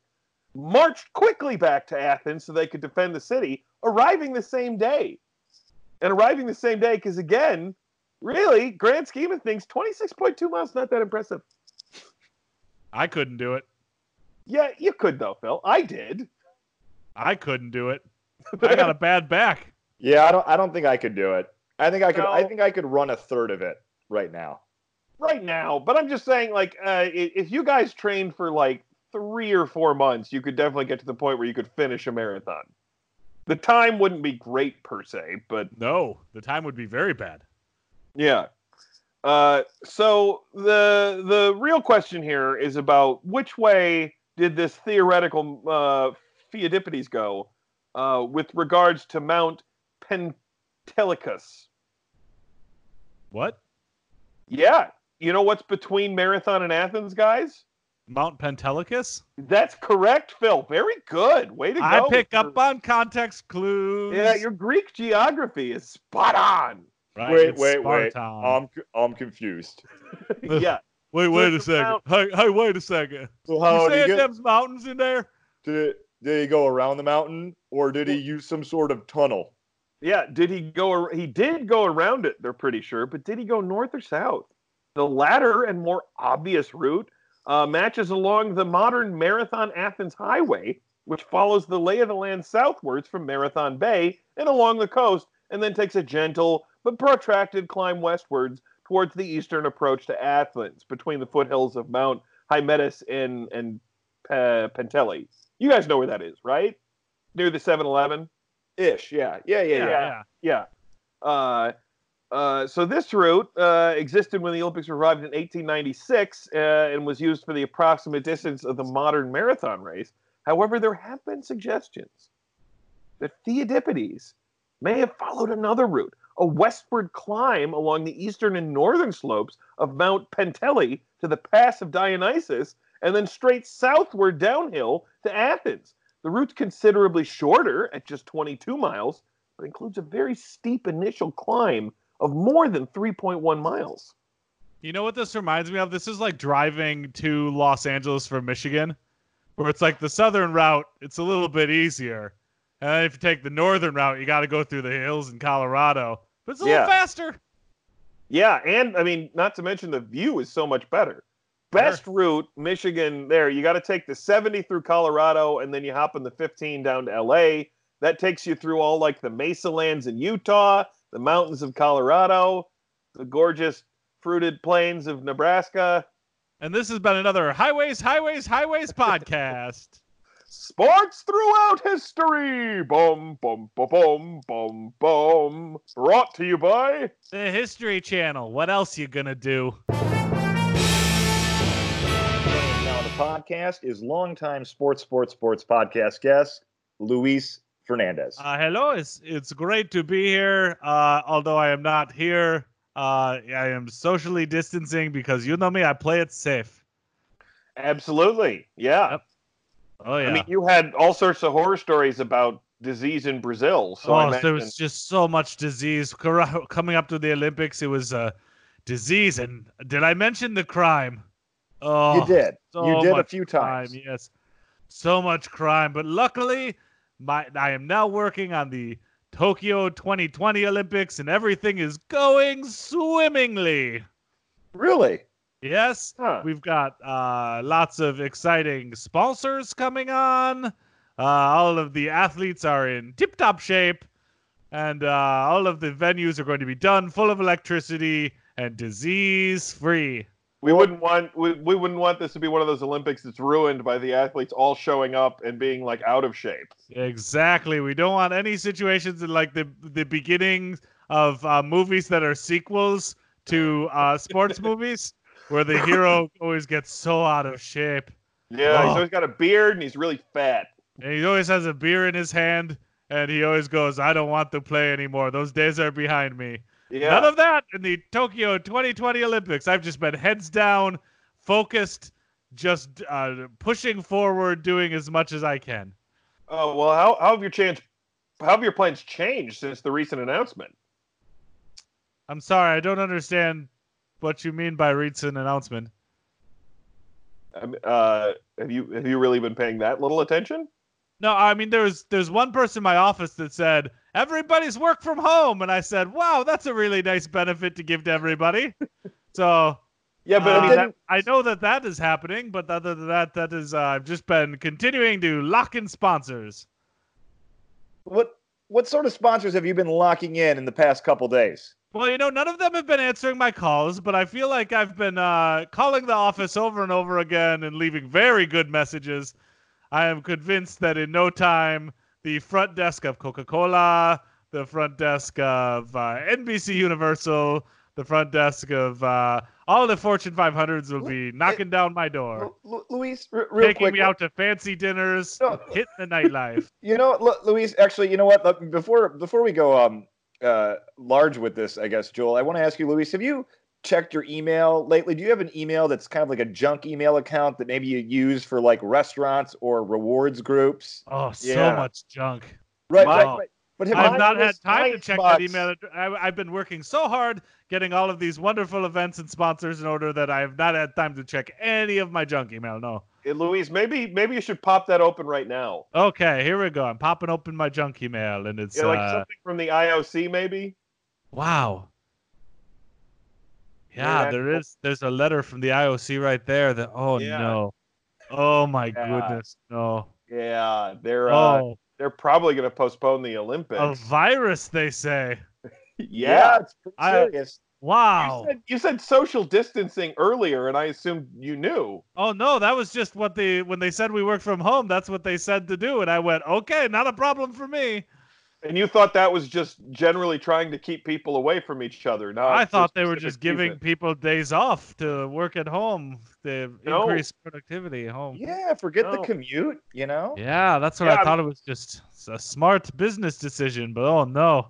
Speaker 1: marched quickly back to Athens so they could defend the city, arriving the same day. And arriving the same day, because again, really, grand scheme of things, 26.2 miles, not that impressive.
Speaker 3: I couldn't do it.
Speaker 1: Yeah, you could though, Phil. I did.
Speaker 3: I couldn't do it. I got a bad back.
Speaker 2: yeah, I don't. I don't think I could do it. I think I could. I
Speaker 1: No.
Speaker 2: think I could run a third of it right now.
Speaker 1: right now, but I'm just saying, like, uh, i- if you guys trained for like three or four months, you could definitely get to the point where you could finish a marathon. The time wouldn't be great per se, but
Speaker 3: No, the time would be very bad.
Speaker 1: Yeah. Uh, so the the real question here is about which way did this theoretical uh, Pheidippides go uh, with regards to Mount Pentelicus?
Speaker 3: What?
Speaker 1: Yeah. You know what's between Marathon and Athens, guys?
Speaker 3: Mount Pentelicus?
Speaker 1: That's correct, Phil. Very good. Way to go.
Speaker 3: I pick
Speaker 1: Your-
Speaker 3: up on context clues.
Speaker 1: Yeah, your Greek geography is spot on.
Speaker 3: right,
Speaker 2: Wait,
Speaker 3: it's
Speaker 2: wait, wait. Um,
Speaker 3: Spartan.
Speaker 2: I'm. c- I'm confused.
Speaker 1: yeah.
Speaker 3: Wait, wait a
Speaker 1: It's
Speaker 3: second.
Speaker 1: about-
Speaker 3: Hey, hey, wait a second.
Speaker 2: So
Speaker 3: You
Speaker 2: how
Speaker 3: saying
Speaker 2: did he, Oh, get,
Speaker 3: there's mountains in there?
Speaker 2: did, did he go around the mountain, or did he use some sort of tunnel?
Speaker 1: Yeah, did he go? ar- He did go around it. They're pretty sure, but did he go north or south? The latter and more obvious route uh, matches along the modern Marathon Athens Highway, which follows the lay of the land southwards from Marathon Bay and along the coast, and then takes a gentle but protracted climb westwards towards the eastern approach to Athens between the foothills of Mount Hymettus and and uh, Penteli. You guys know where that is, right? Near the 7-Eleven.
Speaker 2: Ish. Yeah. Yeah. Yeah. Yeah.
Speaker 1: Yeah. Uh, uh, so this route uh, existed when the Olympics arrived in 1896 uh, and was used for the approximate distance of the modern marathon race. However, there have been suggestions that Theodippides may have followed another route, a westward climb along the eastern and northern slopes of Mount Penteli to the Pass of Dionysus, and then straight southward downhill to Athens. The route's considerably shorter at just 22 miles, but includes a very steep initial climb of more than 3.1 miles.
Speaker 3: You know what this reminds me of? This is like driving to Los Angeles from Michigan, where it's like the southern route, it's a little bit easier. And then if you take the northern route, you got to go through the hills in Colorado. But it's a
Speaker 1: Yeah.
Speaker 3: little faster.
Speaker 1: Yeah, and I mean, not to mention the view is so much better. Best route, Michigan, there. You got to take the 70 through Colorado and then you hop on the 15 down to LA. That takes you through all like the mesa lands in Utah, the mountains of Colorado, the gorgeous fruited plains of Nebraska.
Speaker 3: And this has been another Highways, Highways, Highways podcast.
Speaker 1: Sports throughout history. Boom, boom, boom, boom, boom, boom. Brought to you by
Speaker 3: The History Channel. What else you gonna do?
Speaker 2: Now the podcast is longtime sports, sports, sports podcast guest Luis Fernandez.
Speaker 3: Uh, hello, it's it's great to be here. Uh, although I am not here, uh, I am socially distancing because you know me. I play it safe.
Speaker 1: Absolutely. Yeah.
Speaker 3: Yep. Oh yeah,
Speaker 1: I mean, you had all sorts of horror stories about disease in Brazil. So I
Speaker 3: oh,
Speaker 1: imagine,
Speaker 3: there was just so much disease Cor- coming up to the Olympics. It was uh, disease, and did I mention the crime? Oh,
Speaker 2: you did.
Speaker 3: so
Speaker 2: you did a
Speaker 3: much
Speaker 2: few
Speaker 3: crime,
Speaker 2: times.
Speaker 3: Yes, so much crime. But luckily, my I am now working on the Tokyo 2020 Olympics, and everything is going swimmingly.
Speaker 2: Really?
Speaker 3: Yes,
Speaker 2: Huh.
Speaker 3: We've got uh, lots of exciting sponsors coming on. Uh, all of the athletes are in tip top shape. And uh, all of the venues are going to be done full of electricity and disease free.
Speaker 1: we wouldn't want we, we wouldn't want this to be one of those Olympics that's ruined by the athletes all showing up and being like out of shape.
Speaker 3: Exactly. We don't want any situations in like the, the beginning of uh, movies that are sequels to uh, sports movies where the hero always gets so out of shape.
Speaker 1: Yeah, he's
Speaker 3: Oh.
Speaker 1: always got a beard and he's really fat.
Speaker 3: And he always has a beer in his hand, and he always goes, I don't want to play anymore. Those days are behind me.
Speaker 1: Yeah,
Speaker 3: None of that in the Tokyo 2020 Olympics. I've just been heads down, focused, just uh, pushing forward, doing as much as I can.
Speaker 1: Oh well, how how have your chance? How have your plans changed since the recent announcement?
Speaker 3: I'm sorry, I don't understand what you mean by recent announcement.
Speaker 1: Um, uh, have you have you really been paying that little attention?
Speaker 3: No, I mean there's there's one person in my office that said everybody's work from home, and I said, "Wow, that's a really nice benefit to give to everybody." so
Speaker 1: Yeah, but
Speaker 3: Uh,
Speaker 1: I mean,
Speaker 3: that- I know that that is happening, but other than that, that is uh, I've just been continuing to lock in sponsors.
Speaker 2: What what sort of sponsors have you been locking in in the past couple days?
Speaker 3: Well, you know, none of them have been answering my calls, but I feel like I've been uh, calling the office over and over again and leaving very good messages. I am convinced that in no time, the front desk of Coca Cola, the front desk of uh, NBC Universal, the front desk of uh, all the Fortune 500s will be knocking down my door,
Speaker 2: Lu- Lu- Luis, r- eh, real
Speaker 3: taking
Speaker 2: quick.
Speaker 3: me out to fancy dinners.
Speaker 2: No,
Speaker 3: hitting the nightlife.
Speaker 2: you know, Lu- Luis. Actually, you know what? Look, Before before we go um uh large with this, I guess Joel, I want to ask you, Luis, have you checked your email lately? Do you have an email that's kind of like a junk email account that maybe you use for like restaurants or rewards groups?
Speaker 3: Oh, so
Speaker 1: Yeah.
Speaker 3: much junk. Oh,
Speaker 2: Right,
Speaker 1: My-
Speaker 2: right, right. But have
Speaker 3: I've
Speaker 1: Mine
Speaker 3: not had
Speaker 1: was
Speaker 3: time to
Speaker 1: nice
Speaker 3: check that
Speaker 1: box.
Speaker 3: email. address. I, I've been working so hard getting all of these wonderful events and sponsors in order that I have not had time to check any of my junk email. No.
Speaker 1: uh, Louise, maybe maybe you should pop that open right now.
Speaker 3: Okay, here we go. I'm popping open my junk email, and it's
Speaker 1: Yeah, like
Speaker 3: uh,
Speaker 1: something from the IOC, maybe.
Speaker 3: wow. Yeah,
Speaker 1: Yeah.
Speaker 3: there is. There's a letter from the IOC right there. That oh
Speaker 1: Yeah.
Speaker 3: no, oh my
Speaker 1: Yeah.
Speaker 3: goodness, no.
Speaker 1: Yeah, they're uh,
Speaker 3: Oh,
Speaker 1: they're probably going to postpone the
Speaker 3: a
Speaker 1: Olympics.
Speaker 3: virus, they say.
Speaker 1: yeah,
Speaker 2: it's pretty
Speaker 3: I-
Speaker 2: serious.
Speaker 3: Wow.
Speaker 1: You said, you said social distancing earlier, and I assumed you knew.
Speaker 3: Oh no, that was just what they when they said we work from home, that's what they said to do. And I went, okay, not a problem for me.
Speaker 1: And you thought that was just generally trying to keep people away from each other. Now
Speaker 3: I thought they were just giving people days off to work at home to
Speaker 1: No.
Speaker 3: increase productivity at home.
Speaker 2: yeah, forget the
Speaker 1: No.
Speaker 2: commute. You know.
Speaker 3: Yeah, that's what
Speaker 1: Oh. Yeah,
Speaker 3: I
Speaker 1: I'm-
Speaker 3: thought it was just a smart business decision, but oh no.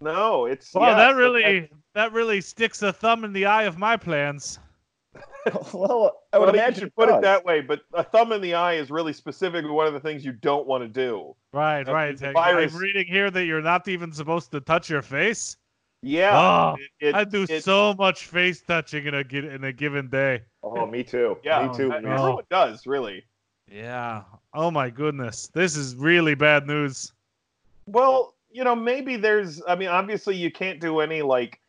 Speaker 1: No, it's
Speaker 3: Wow,
Speaker 1: yeah,
Speaker 3: that
Speaker 1: so
Speaker 3: really that really sticks a thumb in the eye of my plans.
Speaker 2: well, I would
Speaker 1: Well,
Speaker 2: imagine
Speaker 1: you should put it
Speaker 2: does.
Speaker 1: that way, but a thumb in the eye is really specifically one of the things you don't want to do.
Speaker 3: Right,
Speaker 1: Uh,
Speaker 3: right.
Speaker 1: the
Speaker 3: I'm-
Speaker 1: virus-
Speaker 3: I'm reading here that you're not even supposed to touch your face.
Speaker 1: Yeah,
Speaker 3: Oh,
Speaker 1: it- it-
Speaker 3: I do
Speaker 1: it-
Speaker 3: so much face touching in a gi- in a given day.
Speaker 2: Oh, me too.
Speaker 1: Yeah.
Speaker 2: me too.
Speaker 1: I-
Speaker 2: Luis.
Speaker 3: no.
Speaker 1: everyone does really.
Speaker 3: Yeah. Oh my goodness. This is really bad news.
Speaker 1: Well, you know, maybe there's. I mean, obviously, you can't do any like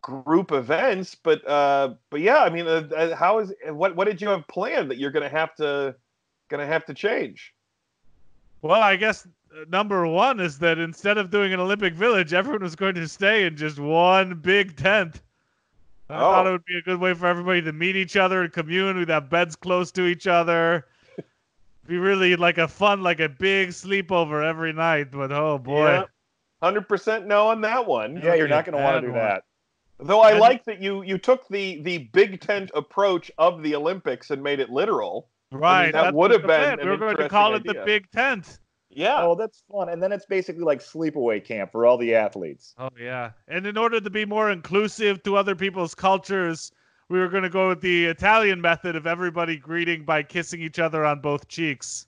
Speaker 1: group events, but uh, but yeah, I mean, uh, uh, how is what what did you have planned that you're gonna have to gonna have to change?
Speaker 3: Well, I guess uh, number one is that instead of doing an Olympic Village, everyone was going to stay in just one big tent. I thought
Speaker 1: Oh.
Speaker 3: it would be a good way for everybody to meet each other and commune. We'd have beds close to each other. be really like a fun, like a big sleepover every night. But oh boy.
Speaker 1: Hundred percent no on that one.
Speaker 2: Yeah, you're not
Speaker 3: Okay,
Speaker 2: going to want
Speaker 3: bad
Speaker 2: to do
Speaker 3: one.
Speaker 2: that.
Speaker 1: Though I
Speaker 3: And-
Speaker 1: like that you you took the the big tent approach of the Olympics and made it literal.
Speaker 3: Right.
Speaker 1: that
Speaker 3: that
Speaker 1: would
Speaker 3: was
Speaker 1: have
Speaker 3: the
Speaker 1: been
Speaker 3: plan.
Speaker 1: an
Speaker 3: We were going to
Speaker 1: interesting
Speaker 3: call it the
Speaker 1: idea.
Speaker 3: big tent.
Speaker 1: Yeah.
Speaker 2: Oh, that's fun. And then it's basically like sleepaway camp for all the athletes.
Speaker 3: Oh yeah, and in order to be more inclusive to other people's cultures, we were going to go with the Italian method of everybody greeting by kissing each other on both cheeks.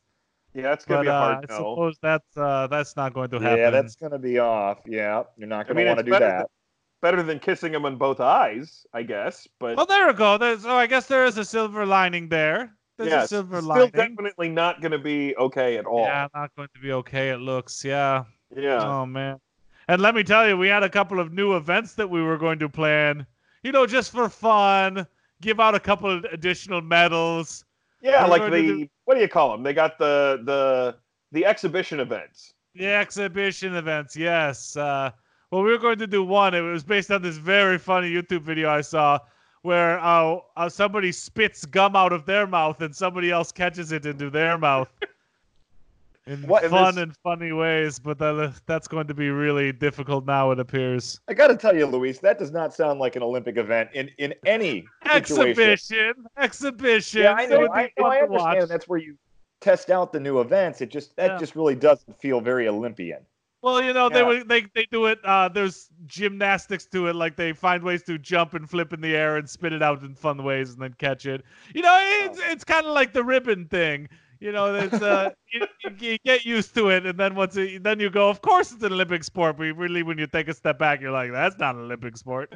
Speaker 1: Yeah, that's gonna
Speaker 3: But
Speaker 1: be a
Speaker 3: uh,
Speaker 1: hard
Speaker 3: I
Speaker 1: no.
Speaker 3: suppose that's uh, that's not going to happen.
Speaker 2: Yeah, that's gonna be off. Yeah, you're not
Speaker 1: I
Speaker 2: gonna
Speaker 1: mean,
Speaker 2: want
Speaker 1: it's
Speaker 2: to do
Speaker 1: better
Speaker 2: that.
Speaker 1: better than kissing him on both eyes, I guess. But
Speaker 3: well. There we go. There's oh, I guess there is a silver lining there. There's
Speaker 1: yeah,
Speaker 3: a silver
Speaker 1: still
Speaker 3: lining.
Speaker 1: definitely not going to be okay at all.
Speaker 3: Yeah, not going to be okay. It looks. Yeah.
Speaker 1: Yeah.
Speaker 3: Oh man. And let me tell you, we had a couple of new events that we were going to plan. You know, just for fun, give out a couple of additional medals.
Speaker 1: Yeah,
Speaker 3: We're
Speaker 1: like
Speaker 3: going
Speaker 1: the
Speaker 3: to do-
Speaker 1: what do you call them? They got the the the exhibition events.
Speaker 3: The exhibition events, yes. Uh, well, we were going to do one. It was based on this very funny YouTube video I saw where uh, uh, somebody spits gum out of their mouth and somebody else catches it into their mouth in
Speaker 2: What- and
Speaker 3: fun
Speaker 2: this-
Speaker 3: and funny ways. But that, that's going to be really difficult now, it appears.
Speaker 2: I gotta tell you, Luis, that does not sound like an Olympic event in in any situation.
Speaker 3: Exhibition, exhibition.
Speaker 2: Yeah, I
Speaker 3: It
Speaker 2: know.
Speaker 3: would be
Speaker 2: I, no, I
Speaker 3: fun to watch.
Speaker 2: understand that's where you test out the new events. It just that
Speaker 3: Yeah.
Speaker 2: just really doesn't feel very Olympian.
Speaker 3: Well, you know, they
Speaker 2: Yeah.
Speaker 3: would they they do it. Uh, there's gymnastics to it, like they find ways to jump and flip in the air and spin it out in fun ways and then catch it. You know, it's it's kind of like the ribbon thing. You know, it's uh, you, you- you get used to it, and then once it, then you go, of course it's an Olympic sport. But really, when you take a step back, you're like, that's not an Olympic sport.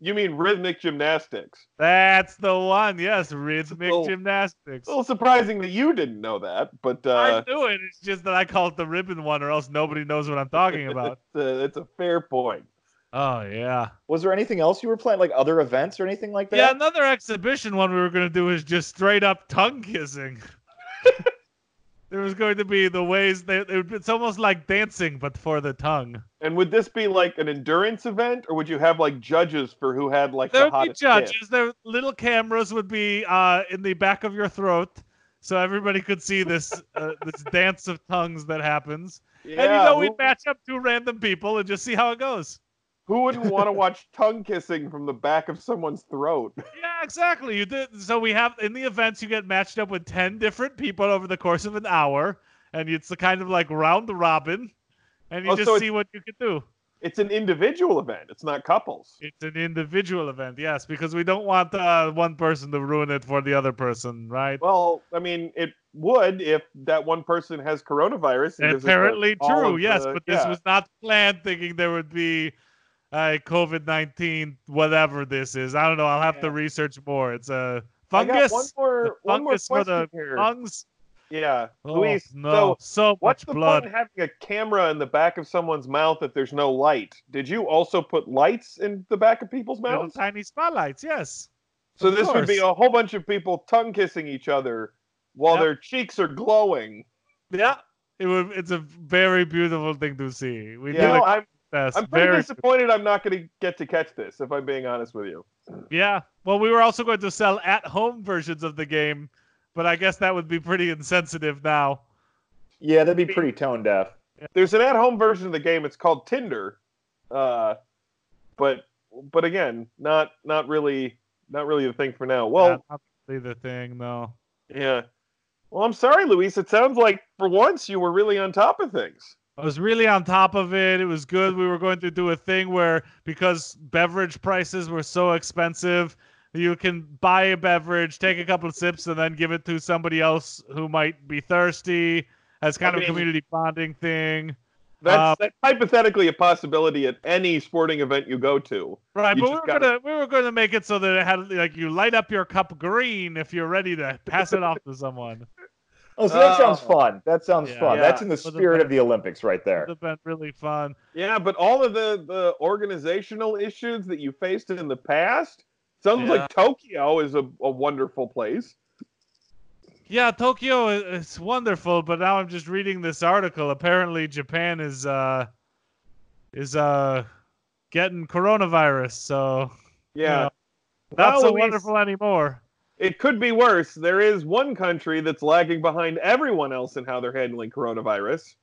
Speaker 1: You mean rhythmic gymnastics?
Speaker 3: That's the one. Yes, rhythmic
Speaker 1: little-
Speaker 3: gymnastics.
Speaker 1: It's a little surprising that you didn't know that, but
Speaker 3: I
Speaker 1: Oh, uh,
Speaker 3: knew it. It's just that I call it the ribbon one, or else nobody knows what I'm talking about.
Speaker 1: it's, a, uh, it's a fair point.
Speaker 3: oh yeah.
Speaker 2: Was there anything else you were planning, like other events or anything like that?
Speaker 3: Yeah, another exhibition one we were going to do is just straight up tongue kissing. there was going to be the ways that it would be- it's almost like dancing, but for the tongue.
Speaker 1: And would this be like an endurance event, or would you have like judges for who had like
Speaker 3: There
Speaker 1: the
Speaker 3: would be
Speaker 1: hottest?
Speaker 3: judges.
Speaker 1: hit?
Speaker 3: There little cameras would be uh, in the back of your throat, so everybody could see this uh, this dance of tongues that happens.
Speaker 1: Yeah,
Speaker 3: and you know we'd
Speaker 1: who,
Speaker 3: match up two random people and just see how it goes.
Speaker 1: who wouldn't want to watch tongue kissing from the back of someone's throat?
Speaker 3: Yeah, exactly. You did. So we have in the events you get matched up with ten different people over the course of an hour, and it's the kind of like round robin, and you
Speaker 1: Oh,
Speaker 3: just
Speaker 1: so it's-
Speaker 3: see what you can do.
Speaker 1: It's an individual event. It's not couples.
Speaker 3: It's an individual event, yes, because we don't want uh, one person to ruin it for the other person, right?
Speaker 1: Well, I mean, it would if that one person has coronavirus. and gives it to
Speaker 3: Apparently
Speaker 1: all
Speaker 3: true,
Speaker 1: of
Speaker 3: yes,
Speaker 1: the-
Speaker 3: but this
Speaker 1: yeah.
Speaker 3: was not planned, thinking there would be. Uh, COVID nineteen, whatever this is, I don't know. I'll have to
Speaker 1: Yeah.
Speaker 3: research more. It's a
Speaker 1: I got
Speaker 3: fungus,
Speaker 1: One more,
Speaker 3: The
Speaker 1: one more
Speaker 3: fungus for
Speaker 1: question
Speaker 3: the
Speaker 1: here.
Speaker 3: lungs.
Speaker 1: yeah,
Speaker 3: Oh,
Speaker 1: Luis.
Speaker 3: no,
Speaker 1: So,
Speaker 3: so
Speaker 1: what's
Speaker 3: much
Speaker 1: the
Speaker 3: blood.
Speaker 1: point in having a camera in the back of someone's mouth if there's no light? Did you also put lights in the back of people's
Speaker 3: Little
Speaker 1: mouths?
Speaker 3: tiny spotlights, yes.
Speaker 1: So
Speaker 3: of
Speaker 1: this would be
Speaker 3: course.
Speaker 1: a whole bunch of people tongue kissing each other while
Speaker 3: Yep.
Speaker 1: their cheeks are glowing.
Speaker 3: Yeah. It would, it's a very beautiful thing to see. We
Speaker 1: You
Speaker 3: did
Speaker 1: know,
Speaker 3: a
Speaker 1: I'm,
Speaker 3: contest.
Speaker 1: I'm pretty
Speaker 3: very,
Speaker 1: disappointed I'm not going to get to catch this, if I'm being honest with you.
Speaker 3: yeah. Well, we were also going to sell at home versions of the game, but I guess that would be pretty insensitive now.
Speaker 2: yeah, that'd be pretty tone deaf.
Speaker 1: There's an at-home version of the game. It's called Tinder, uh, but but again, not not really not really the thing for now. Well,
Speaker 3: Not- not really the thing, no.
Speaker 1: Yeah. Well, I'm sorry, Luis. It sounds like for once you were really on top of things.
Speaker 3: I was really on top of it. It was good. We were going to do a thing where because beverage prices were so expensive, you can buy a beverage, take a couple of sips, and then give it to somebody else who might be thirsty as kind
Speaker 1: I
Speaker 3: of a
Speaker 1: mean-
Speaker 3: community bonding thing.
Speaker 1: That's,
Speaker 3: Uh,
Speaker 1: that's hypothetically a possibility at any sporting event you go to.
Speaker 3: Right,
Speaker 1: You
Speaker 3: but we
Speaker 1: just
Speaker 3: were
Speaker 1: gotta-
Speaker 3: gonna we were gonna make it so that it had like you light up your cup green if you're ready to pass it off to someone.
Speaker 2: Oh, so that sounds
Speaker 1: Oh.
Speaker 2: fun. That sounds
Speaker 3: Yeah.
Speaker 2: fun.
Speaker 1: Yeah.
Speaker 2: That's in the
Speaker 3: For the
Speaker 2: spirit
Speaker 3: best.
Speaker 2: of the Olympics, right there.
Speaker 3: It have been really fun.
Speaker 1: Yeah, but all of the, the organizational issues that you faced in the past sounds
Speaker 3: Yeah.
Speaker 1: like Tokyo is a, a wonderful place.
Speaker 3: Yeah, Tokyo i- is wonderful, but now I'm just reading this article. Apparently, Japan is uh is uh getting coronavirus, so you
Speaker 1: Yeah.
Speaker 3: know, not
Speaker 1: Well,
Speaker 3: so
Speaker 1: Luis,
Speaker 3: wonderful anymore.
Speaker 1: It could be worse. There is one country that's lagging behind everyone else in how they're handling coronavirus.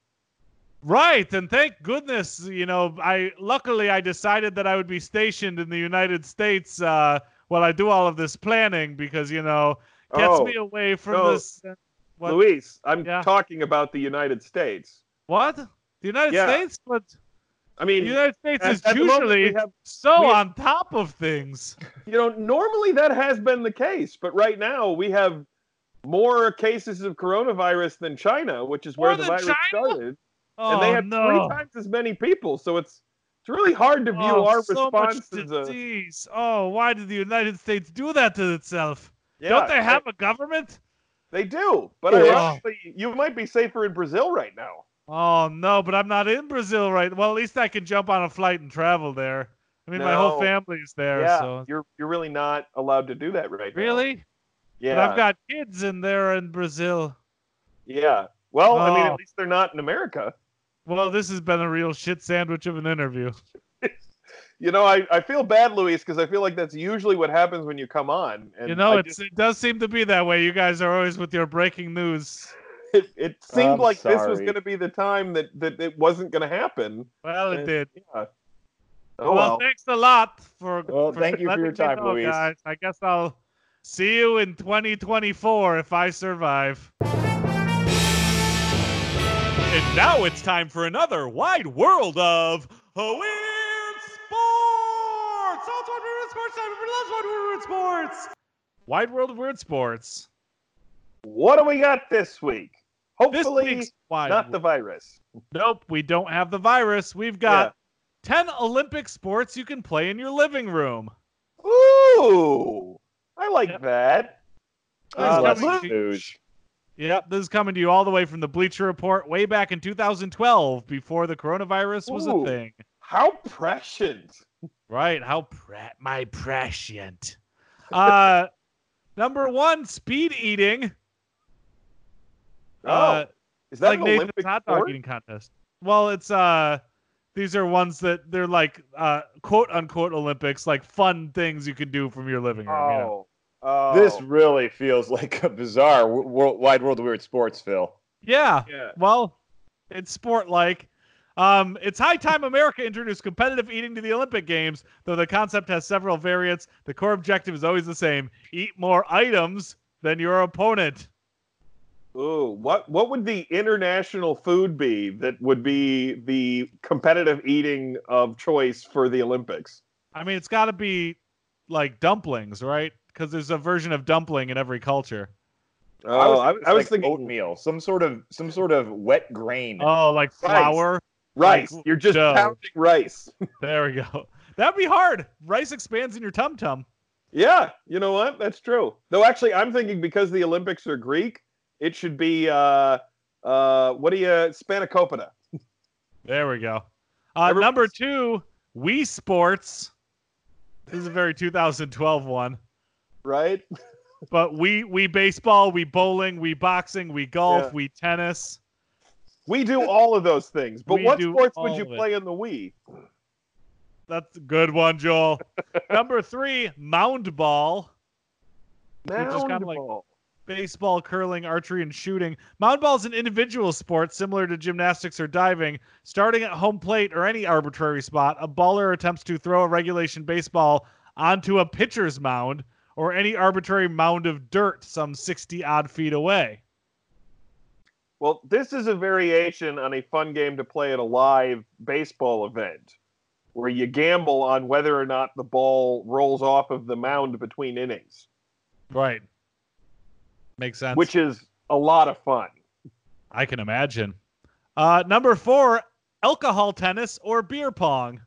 Speaker 3: Right, and thank goodness, you know, I luckily I decided that I would be stationed in the United States uh, while I do all of this planning because you know gets
Speaker 1: oh,
Speaker 3: me away from
Speaker 1: no.
Speaker 3: this. uh, What?
Speaker 1: Luis, I'm
Speaker 3: Yeah.
Speaker 1: talking about the United States.
Speaker 3: what? The United
Speaker 1: Yeah.
Speaker 3: States, but
Speaker 1: I
Speaker 3: the
Speaker 1: mean,
Speaker 3: United States
Speaker 1: at-
Speaker 3: is
Speaker 1: at the moment we
Speaker 3: usually
Speaker 1: have-
Speaker 3: so
Speaker 1: we have-
Speaker 3: on top of things.
Speaker 1: you know normally that has been the case but right now we have more cases of coronavirus than China, which is where
Speaker 3: More
Speaker 1: the
Speaker 3: than
Speaker 1: virus
Speaker 3: China?
Speaker 1: started.
Speaker 3: Oh,
Speaker 1: and they had
Speaker 3: no. Oh,
Speaker 1: three times as many people, so it's it's really hard to view our
Speaker 3: so
Speaker 1: response
Speaker 3: much
Speaker 1: as a
Speaker 3: disease. Oh, why did the United States do that to itself?
Speaker 1: yeah,
Speaker 3: Don't they have a government?
Speaker 1: They do, but
Speaker 2: Yeah.
Speaker 1: ironically, you might be safer in Brazil right now.
Speaker 3: Oh no, but I'm not in Brazil right. Well, at least I can jump on a flight and travel there. I mean, my whole
Speaker 1: No.
Speaker 3: family's there,
Speaker 1: yeah,
Speaker 3: so
Speaker 1: you're you're really not allowed to do that right now.
Speaker 3: really.
Speaker 1: Yeah.
Speaker 3: But I've got kids in there in Brazil.
Speaker 1: yeah. Well, I mean,
Speaker 3: Oh.
Speaker 1: at least they're not in America.
Speaker 3: Well, this has been a real shit sandwich of an interview.
Speaker 1: You know, I, I feel bad, Luis, because I feel like that's usually what happens when you come on. And
Speaker 3: you know,
Speaker 1: I
Speaker 3: it's, it does seem to be that way. You guys are always with your breaking news.
Speaker 1: it, it seemed
Speaker 2: I'm
Speaker 1: like this was
Speaker 2: sorry.
Speaker 1: going to be the time that, that it wasn't going to happen.
Speaker 3: Well, it
Speaker 1: Uh,
Speaker 3: did.
Speaker 1: Oh,
Speaker 3: well,
Speaker 1: well.
Speaker 3: thanks a lot for.
Speaker 2: Well,
Speaker 3: for
Speaker 2: thank you for
Speaker 3: letting
Speaker 2: your
Speaker 3: me
Speaker 2: time,
Speaker 3: know,
Speaker 2: Luis.
Speaker 3: Guys. I guess I'll see you in 2024 if I survive. And now it's time for another wide world of weird sports. All one weird sports time. Loves one weird sports. Wide world of weird sports.
Speaker 1: What do we got this week?
Speaker 3: This
Speaker 1: Hopefully,
Speaker 3: week's wide.
Speaker 1: not the virus.
Speaker 3: nope, we don't have the virus. We've got 10 Olympic sports you can play in your living room.
Speaker 1: Ooh, I like
Speaker 3: Yep.
Speaker 1: that.
Speaker 3: Thanks,
Speaker 1: Uh,
Speaker 2: Oh, that's
Speaker 3: Kevin.
Speaker 1: Luke,
Speaker 2: huge.
Speaker 3: Yep, this is coming to you all the way from the Bleacher Report way back in 2012 before the coronavirus was a
Speaker 1: Ooh.
Speaker 3: thing.
Speaker 1: how prescient.
Speaker 3: Right, how pra- my prescient. Uh number 1 speed eating.
Speaker 1: Oh,
Speaker 3: uh
Speaker 1: Is that
Speaker 3: like
Speaker 1: an
Speaker 3: Nathan's
Speaker 1: Olympic
Speaker 3: hot dog
Speaker 1: sport?
Speaker 3: eating contest. Well, it's uh these are ones that they're like uh quote unquote Olympics, like fun things you can do from your living room. you know?
Speaker 1: Oh, oh,
Speaker 2: This really feels like a bizarre w- world, wide world of weird sports, Phil.
Speaker 3: Yeah.
Speaker 1: yeah.
Speaker 3: Well, it's sport like. Um, it's high time America introduced competitive eating to the Olympic Games, though the concept has several variants. The core objective is always the same eat more items than your opponent.
Speaker 1: Ooh, what what would the international food be that would be the competitive eating of choice for the Olympics?
Speaker 3: I mean, it's got to be like dumplings, right? Because there's a version of dumpling in every culture.
Speaker 1: Oh, I was, I was,
Speaker 2: like
Speaker 1: thinking
Speaker 2: oatmeal, some sort of some sort of wet grain.
Speaker 3: Oh, like flour.
Speaker 1: rice.
Speaker 3: like
Speaker 1: You're just
Speaker 3: dough.
Speaker 1: pounding rice.
Speaker 3: There we go. That'd be hard. Rice expands in your tum tum.
Speaker 1: Yeah, you know what? That's true. Though actually, I'm thinking because the Olympics are Greek, it should be uh, uh, what do you spanakopita?
Speaker 3: There we go. Uh,
Speaker 1: Everybody's-
Speaker 3: number two, Wii Sports. This is a very 2012 one.
Speaker 1: Right?
Speaker 3: But we we baseball, we bowling, we boxing, we golf,
Speaker 1: Yeah.
Speaker 3: we tennis.
Speaker 1: We do all of those things. But
Speaker 3: We
Speaker 1: what
Speaker 3: do
Speaker 1: sports
Speaker 3: all
Speaker 1: would you
Speaker 3: of it.
Speaker 1: play in the Wii?
Speaker 3: That's a good one, Joel. Number three, mound ball, just
Speaker 1: Mound
Speaker 3: kinda like-
Speaker 1: ball.
Speaker 3: baseball, curling, archery, and shooting. Mound ball is an individual sport similar to gymnastics or diving. Starting at home plate or any arbitrary spot, a baller attempts to throw a regulation baseball onto a pitcher's mound or any arbitrary mound of dirt some 60 odd feet away.
Speaker 1: Well, this is a variation on a fun game to play at a live baseball event, where you gamble on whether or not the ball rolls off of the mound between innings,
Speaker 3: Right. Makes sense.
Speaker 1: which is a lot of fun.
Speaker 3: I can imagine. Uh, number four, alcohol tennis or beer pong.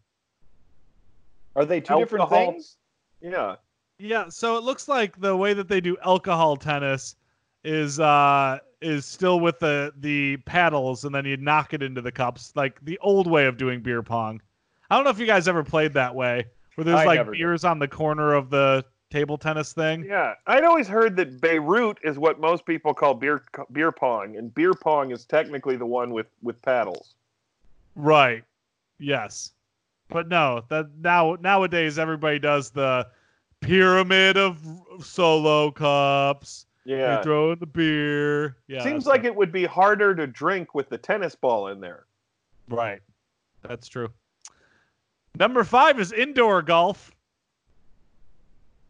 Speaker 2: Are they two different
Speaker 1: Alcohol-
Speaker 2: things?
Speaker 1: Yeah.
Speaker 3: Yeah, so it looks like the way that they do alcohol tennis is uh is still with the the paddles and then you knock it into the cups, like the old way of doing beer pong. I don't know if you guys ever played that way, where there's
Speaker 2: I
Speaker 3: like
Speaker 2: never did.
Speaker 3: beers on the corner of the table tennis thing.
Speaker 1: Yeah, I'd always heard that Beirut is what most people call beer beer pong, and beer pong is technically the one with with paddles.
Speaker 3: Right. Yes. But no, that now nowadays everybody does the pyramid of solo cups.
Speaker 1: Yeah,
Speaker 3: You throw in the beer. Yeah.
Speaker 1: seems
Speaker 3: that's
Speaker 1: like
Speaker 3: right.
Speaker 1: it would be harder to drink with the tennis ball in there.
Speaker 3: right. That's true. Number five is indoor golf.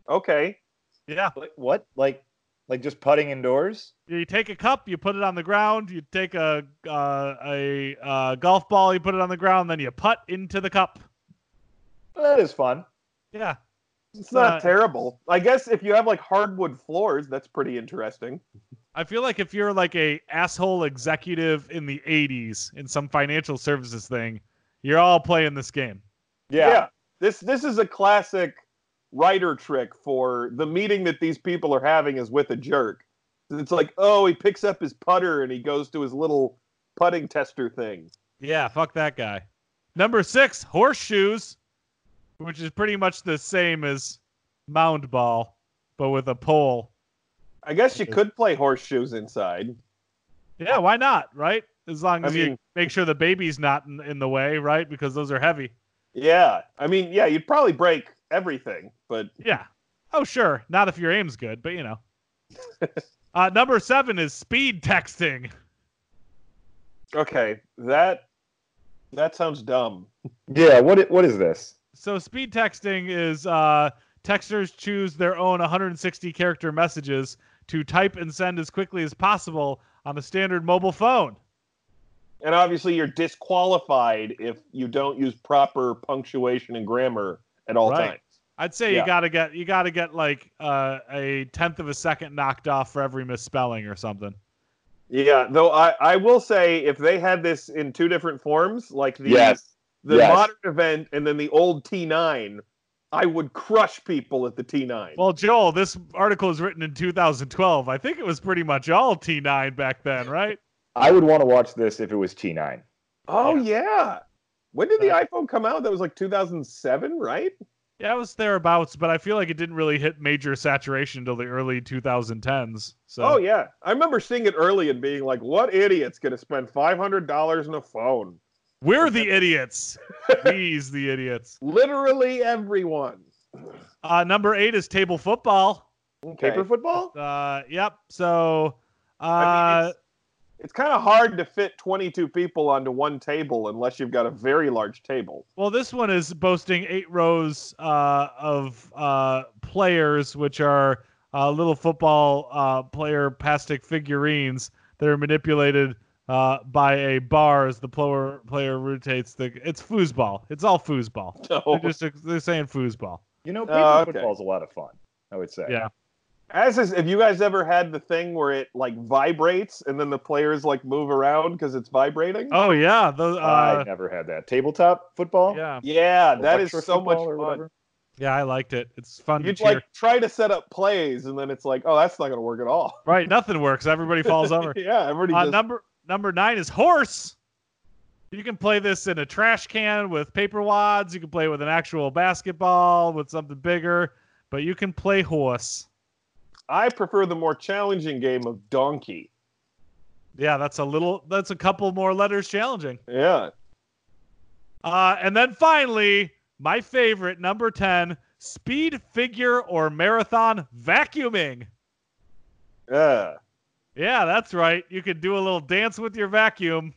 Speaker 1: Okay,
Speaker 3: Yeah.
Speaker 2: Like, what? Like like just putting indoors?
Speaker 3: You take a cup, you put it on the ground. You take a uh, a uh, golf ball, you put it on the ground, then you putt into the cup.
Speaker 2: That is Eh, fun.
Speaker 3: Yeah.
Speaker 1: It's not
Speaker 3: Uh,
Speaker 1: terrible. I guess if you have like hardwood floors, that's pretty interesting.
Speaker 3: I feel like if you're like a asshole executive in the 80s in some financial services thing, you're all playing this game.
Speaker 2: Yeah.
Speaker 1: This this is a classic writer trick for the meeting that these people are having is with a jerk. It's like, oh, he picks up his putter and he goes to his little putting tester thing.
Speaker 3: Yeah, fuck that guy. Number 6, horseshoes, which is pretty much the same as mound ball but with a pole.
Speaker 1: I guess you could play horseshoes inside.
Speaker 3: Yeah, why not, right? As long
Speaker 1: I
Speaker 3: as you
Speaker 1: mean-
Speaker 3: make sure the baby's not in, in the way, right? Because those are heavy.
Speaker 1: Yeah. I mean, yeah, you'd probably break everything, but
Speaker 3: Yeah. Oh, sure. Not if your aim's good, but you know. uh, number seven is speed texting.
Speaker 1: okay, that that sounds dumb.
Speaker 2: Yeah. What i- what is this?
Speaker 3: So speed texting is uh, texters choose their own 160 character messages to type and send as quickly as possible on a standard mobile phone.
Speaker 1: And obviously you're disqualified if you don't use proper punctuation and grammar at all
Speaker 3: Right.
Speaker 1: times.
Speaker 3: I'd say you
Speaker 2: Yeah.
Speaker 3: gotta get you gotta get like uh, a tenth of a second knocked off for every misspelling or something.
Speaker 1: Yeah, though I, I will say if they had this in two different forms, like the
Speaker 2: Yes.
Speaker 1: the
Speaker 2: yes.
Speaker 1: modern event and then the old T nine, I would crush people at the T nine.
Speaker 3: Well, Joel, this article is written in 2012. I think it was pretty much all T9 back then, right?
Speaker 1: Uh,
Speaker 2: I would want to watch this if it was T9.
Speaker 1: oh yeah. When did the
Speaker 3: Uh,
Speaker 1: iPhone come out? That was like 2007, right?
Speaker 3: Yeah, it was thereabouts, but I feel like it didn't really hit major saturation until the early 2010s. So
Speaker 1: Oh yeah, I remember seeing it early and being like, "What idiot's going to spend five hundred dollars on a phone?"
Speaker 3: we're the idiots. We's the idiots.
Speaker 1: Literally everyone.
Speaker 3: Uh, number eight is table football.
Speaker 1: Okay. Paper football.
Speaker 3: Uh, yep. So uh,
Speaker 1: I mean, it's- It's kind of hard to fit 22 people onto one table unless you've got a very large table.
Speaker 3: Well, this one is boasting eight rows uh, of uh, players, which are uh, little football uh, player plastic figurines that are manipulated uh, by a bar as the player player rotates the. It's foosball. It's all foosball.
Speaker 1: So-
Speaker 3: They're just they're saying foosball.
Speaker 2: You know, paper
Speaker 1: Uh, okay.
Speaker 2: football's a lot of fun. I would say.
Speaker 3: Yeah.
Speaker 1: As is, have you guys ever had the thing where it like vibrates and then the players like move around because it's vibrating?
Speaker 3: Oh yeah, those.
Speaker 2: I
Speaker 3: Uh,
Speaker 2: never had that. Tabletop football.
Speaker 3: yeah,
Speaker 1: yeah, that is
Speaker 2: Electric
Speaker 1: so much
Speaker 2: football or
Speaker 1: fun.
Speaker 2: whatever?
Speaker 3: yeah, I liked it. It's fun to
Speaker 1: You'd
Speaker 3: cheer.
Speaker 1: like try to set up plays and then it's like, oh, that's not going to work at all.
Speaker 3: Right, nothing works. Everybody falls over.
Speaker 1: yeah, everybody
Speaker 3: Uh,
Speaker 1: just.
Speaker 3: number number nine is horse. You can play this in a trash can with paper wads. You can play with an actual basketball with something bigger, but you can play horse.
Speaker 1: I prefer the more challenging game of donkey.
Speaker 3: Yeah, that's a little. That's a couple more letters challenging.
Speaker 1: Yeah.
Speaker 3: Uh, and then finally, my favorite number ten: speed figure or marathon vacuuming.
Speaker 1: Uh,
Speaker 3: Yeah, that's right. You could do a little dance with your vacuum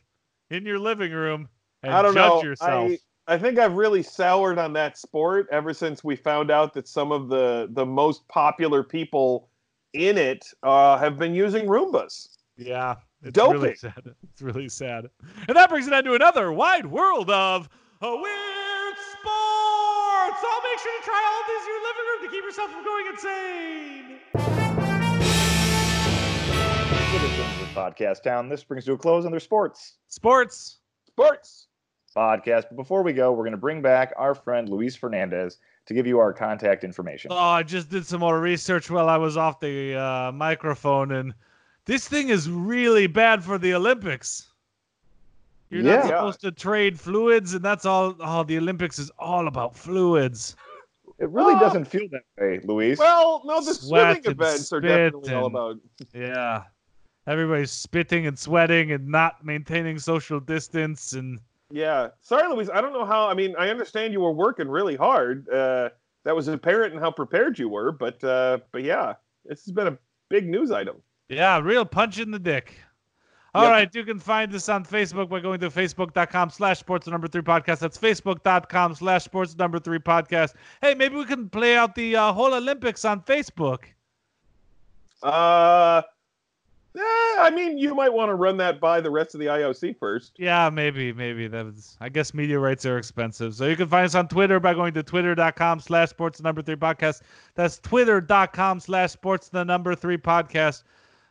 Speaker 3: in your living room and
Speaker 1: I don't know.
Speaker 3: judge yourself.
Speaker 1: I, I think I've really soured on that sport ever since we found out that some of the the most popular people in it uh, have been using Roombas.
Speaker 3: Yeah. It's
Speaker 1: Doping.
Speaker 3: really sad. It's really sad. And that brings it on to another wide world of weird sports. I'll make sure to try all these in your living room to keep yourself from going insane.
Speaker 2: Citizens of Podcast Town. This brings to a close on their sports
Speaker 3: Sports.
Speaker 1: Sports.
Speaker 2: podcast. But before we go, we're going to bring back our friend Luis Fernandez to give you our contact information.
Speaker 3: Oh, I just did some more research while I was off the uh, microphone, and this thing is really bad for the Olympics. You're
Speaker 2: Yeah.
Speaker 3: not supposed to trade fluids, and that's all. Oh, the Olympics is all about fluids.
Speaker 2: It really
Speaker 1: Ah.
Speaker 2: doesn't feel that way, Luis.
Speaker 1: Well, no, the
Speaker 3: Sweat
Speaker 1: swimming
Speaker 3: and
Speaker 1: events are
Speaker 3: spit
Speaker 1: definitely all
Speaker 3: and-
Speaker 1: about.
Speaker 3: Yeah. Everybody's spitting and sweating and not maintaining social distance and
Speaker 1: Yeah. Sorry, Louise. I don't know how. I mean, I understand you were working really hard. Uh, that was apparent in how prepared you were, but uh, but yeah, this has been a big news item.
Speaker 3: yeah, real punch in the dick. All right,
Speaker 1: Yep.
Speaker 3: you can find this on Facebook by going to facebook.com slash sports number three podcast. That's facebook.com slash sports number three podcast. Hey, maybe we can play out the uh, whole Olympics on Facebook.
Speaker 1: Uh, Eh, I mean, you might want to run that by the rest of the IOC first.
Speaker 3: Yeah, maybe, maybe that was. I guess media rights are expensive. So you can find us on Twitter by going to twitter.com slash sports the number three podcast. That's twitter.com slash sports the number three podcast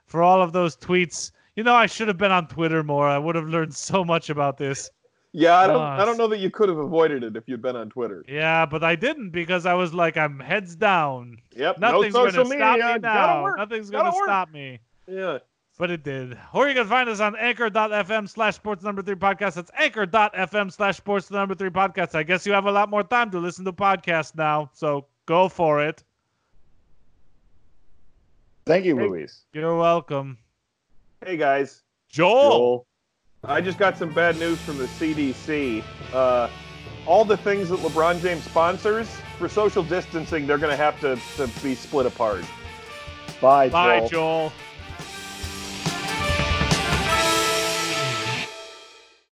Speaker 3: for all of those tweets. You know, I should have been on Twitter more. I would have learned so much about this.
Speaker 1: Yeah, I don't.
Speaker 3: Ah,
Speaker 1: I don't know that you could have avoided it if you'd been on Twitter.
Speaker 3: Yeah, but I didn't because I was like, I'm heads down.
Speaker 1: Yep.
Speaker 3: Nothing's
Speaker 1: no
Speaker 3: going to
Speaker 1: social
Speaker 3: stop
Speaker 1: media. Gotta
Speaker 3: me now.
Speaker 1: work.
Speaker 3: Nothing's
Speaker 1: Gotta
Speaker 3: going to
Speaker 1: work.
Speaker 3: stop me.
Speaker 1: Yeah.
Speaker 3: But it did. Or you can find us on anchor.fm slash sports number three podcast. That's anchor.fm slash sports number three podcast. I guess you have a lot more time to listen to podcasts now. So go for it.
Speaker 2: Thank you,
Speaker 1: Hey,
Speaker 2: Luis.
Speaker 3: You're welcome.
Speaker 1: Hey guys,
Speaker 3: Joel.
Speaker 1: I just got some bad news from the CDC. Uh, all the things that LeBron James sponsors for social distancing, they're going to have to to be split apart.
Speaker 2: Bye,
Speaker 3: Bye,
Speaker 2: Joel.
Speaker 3: Joel.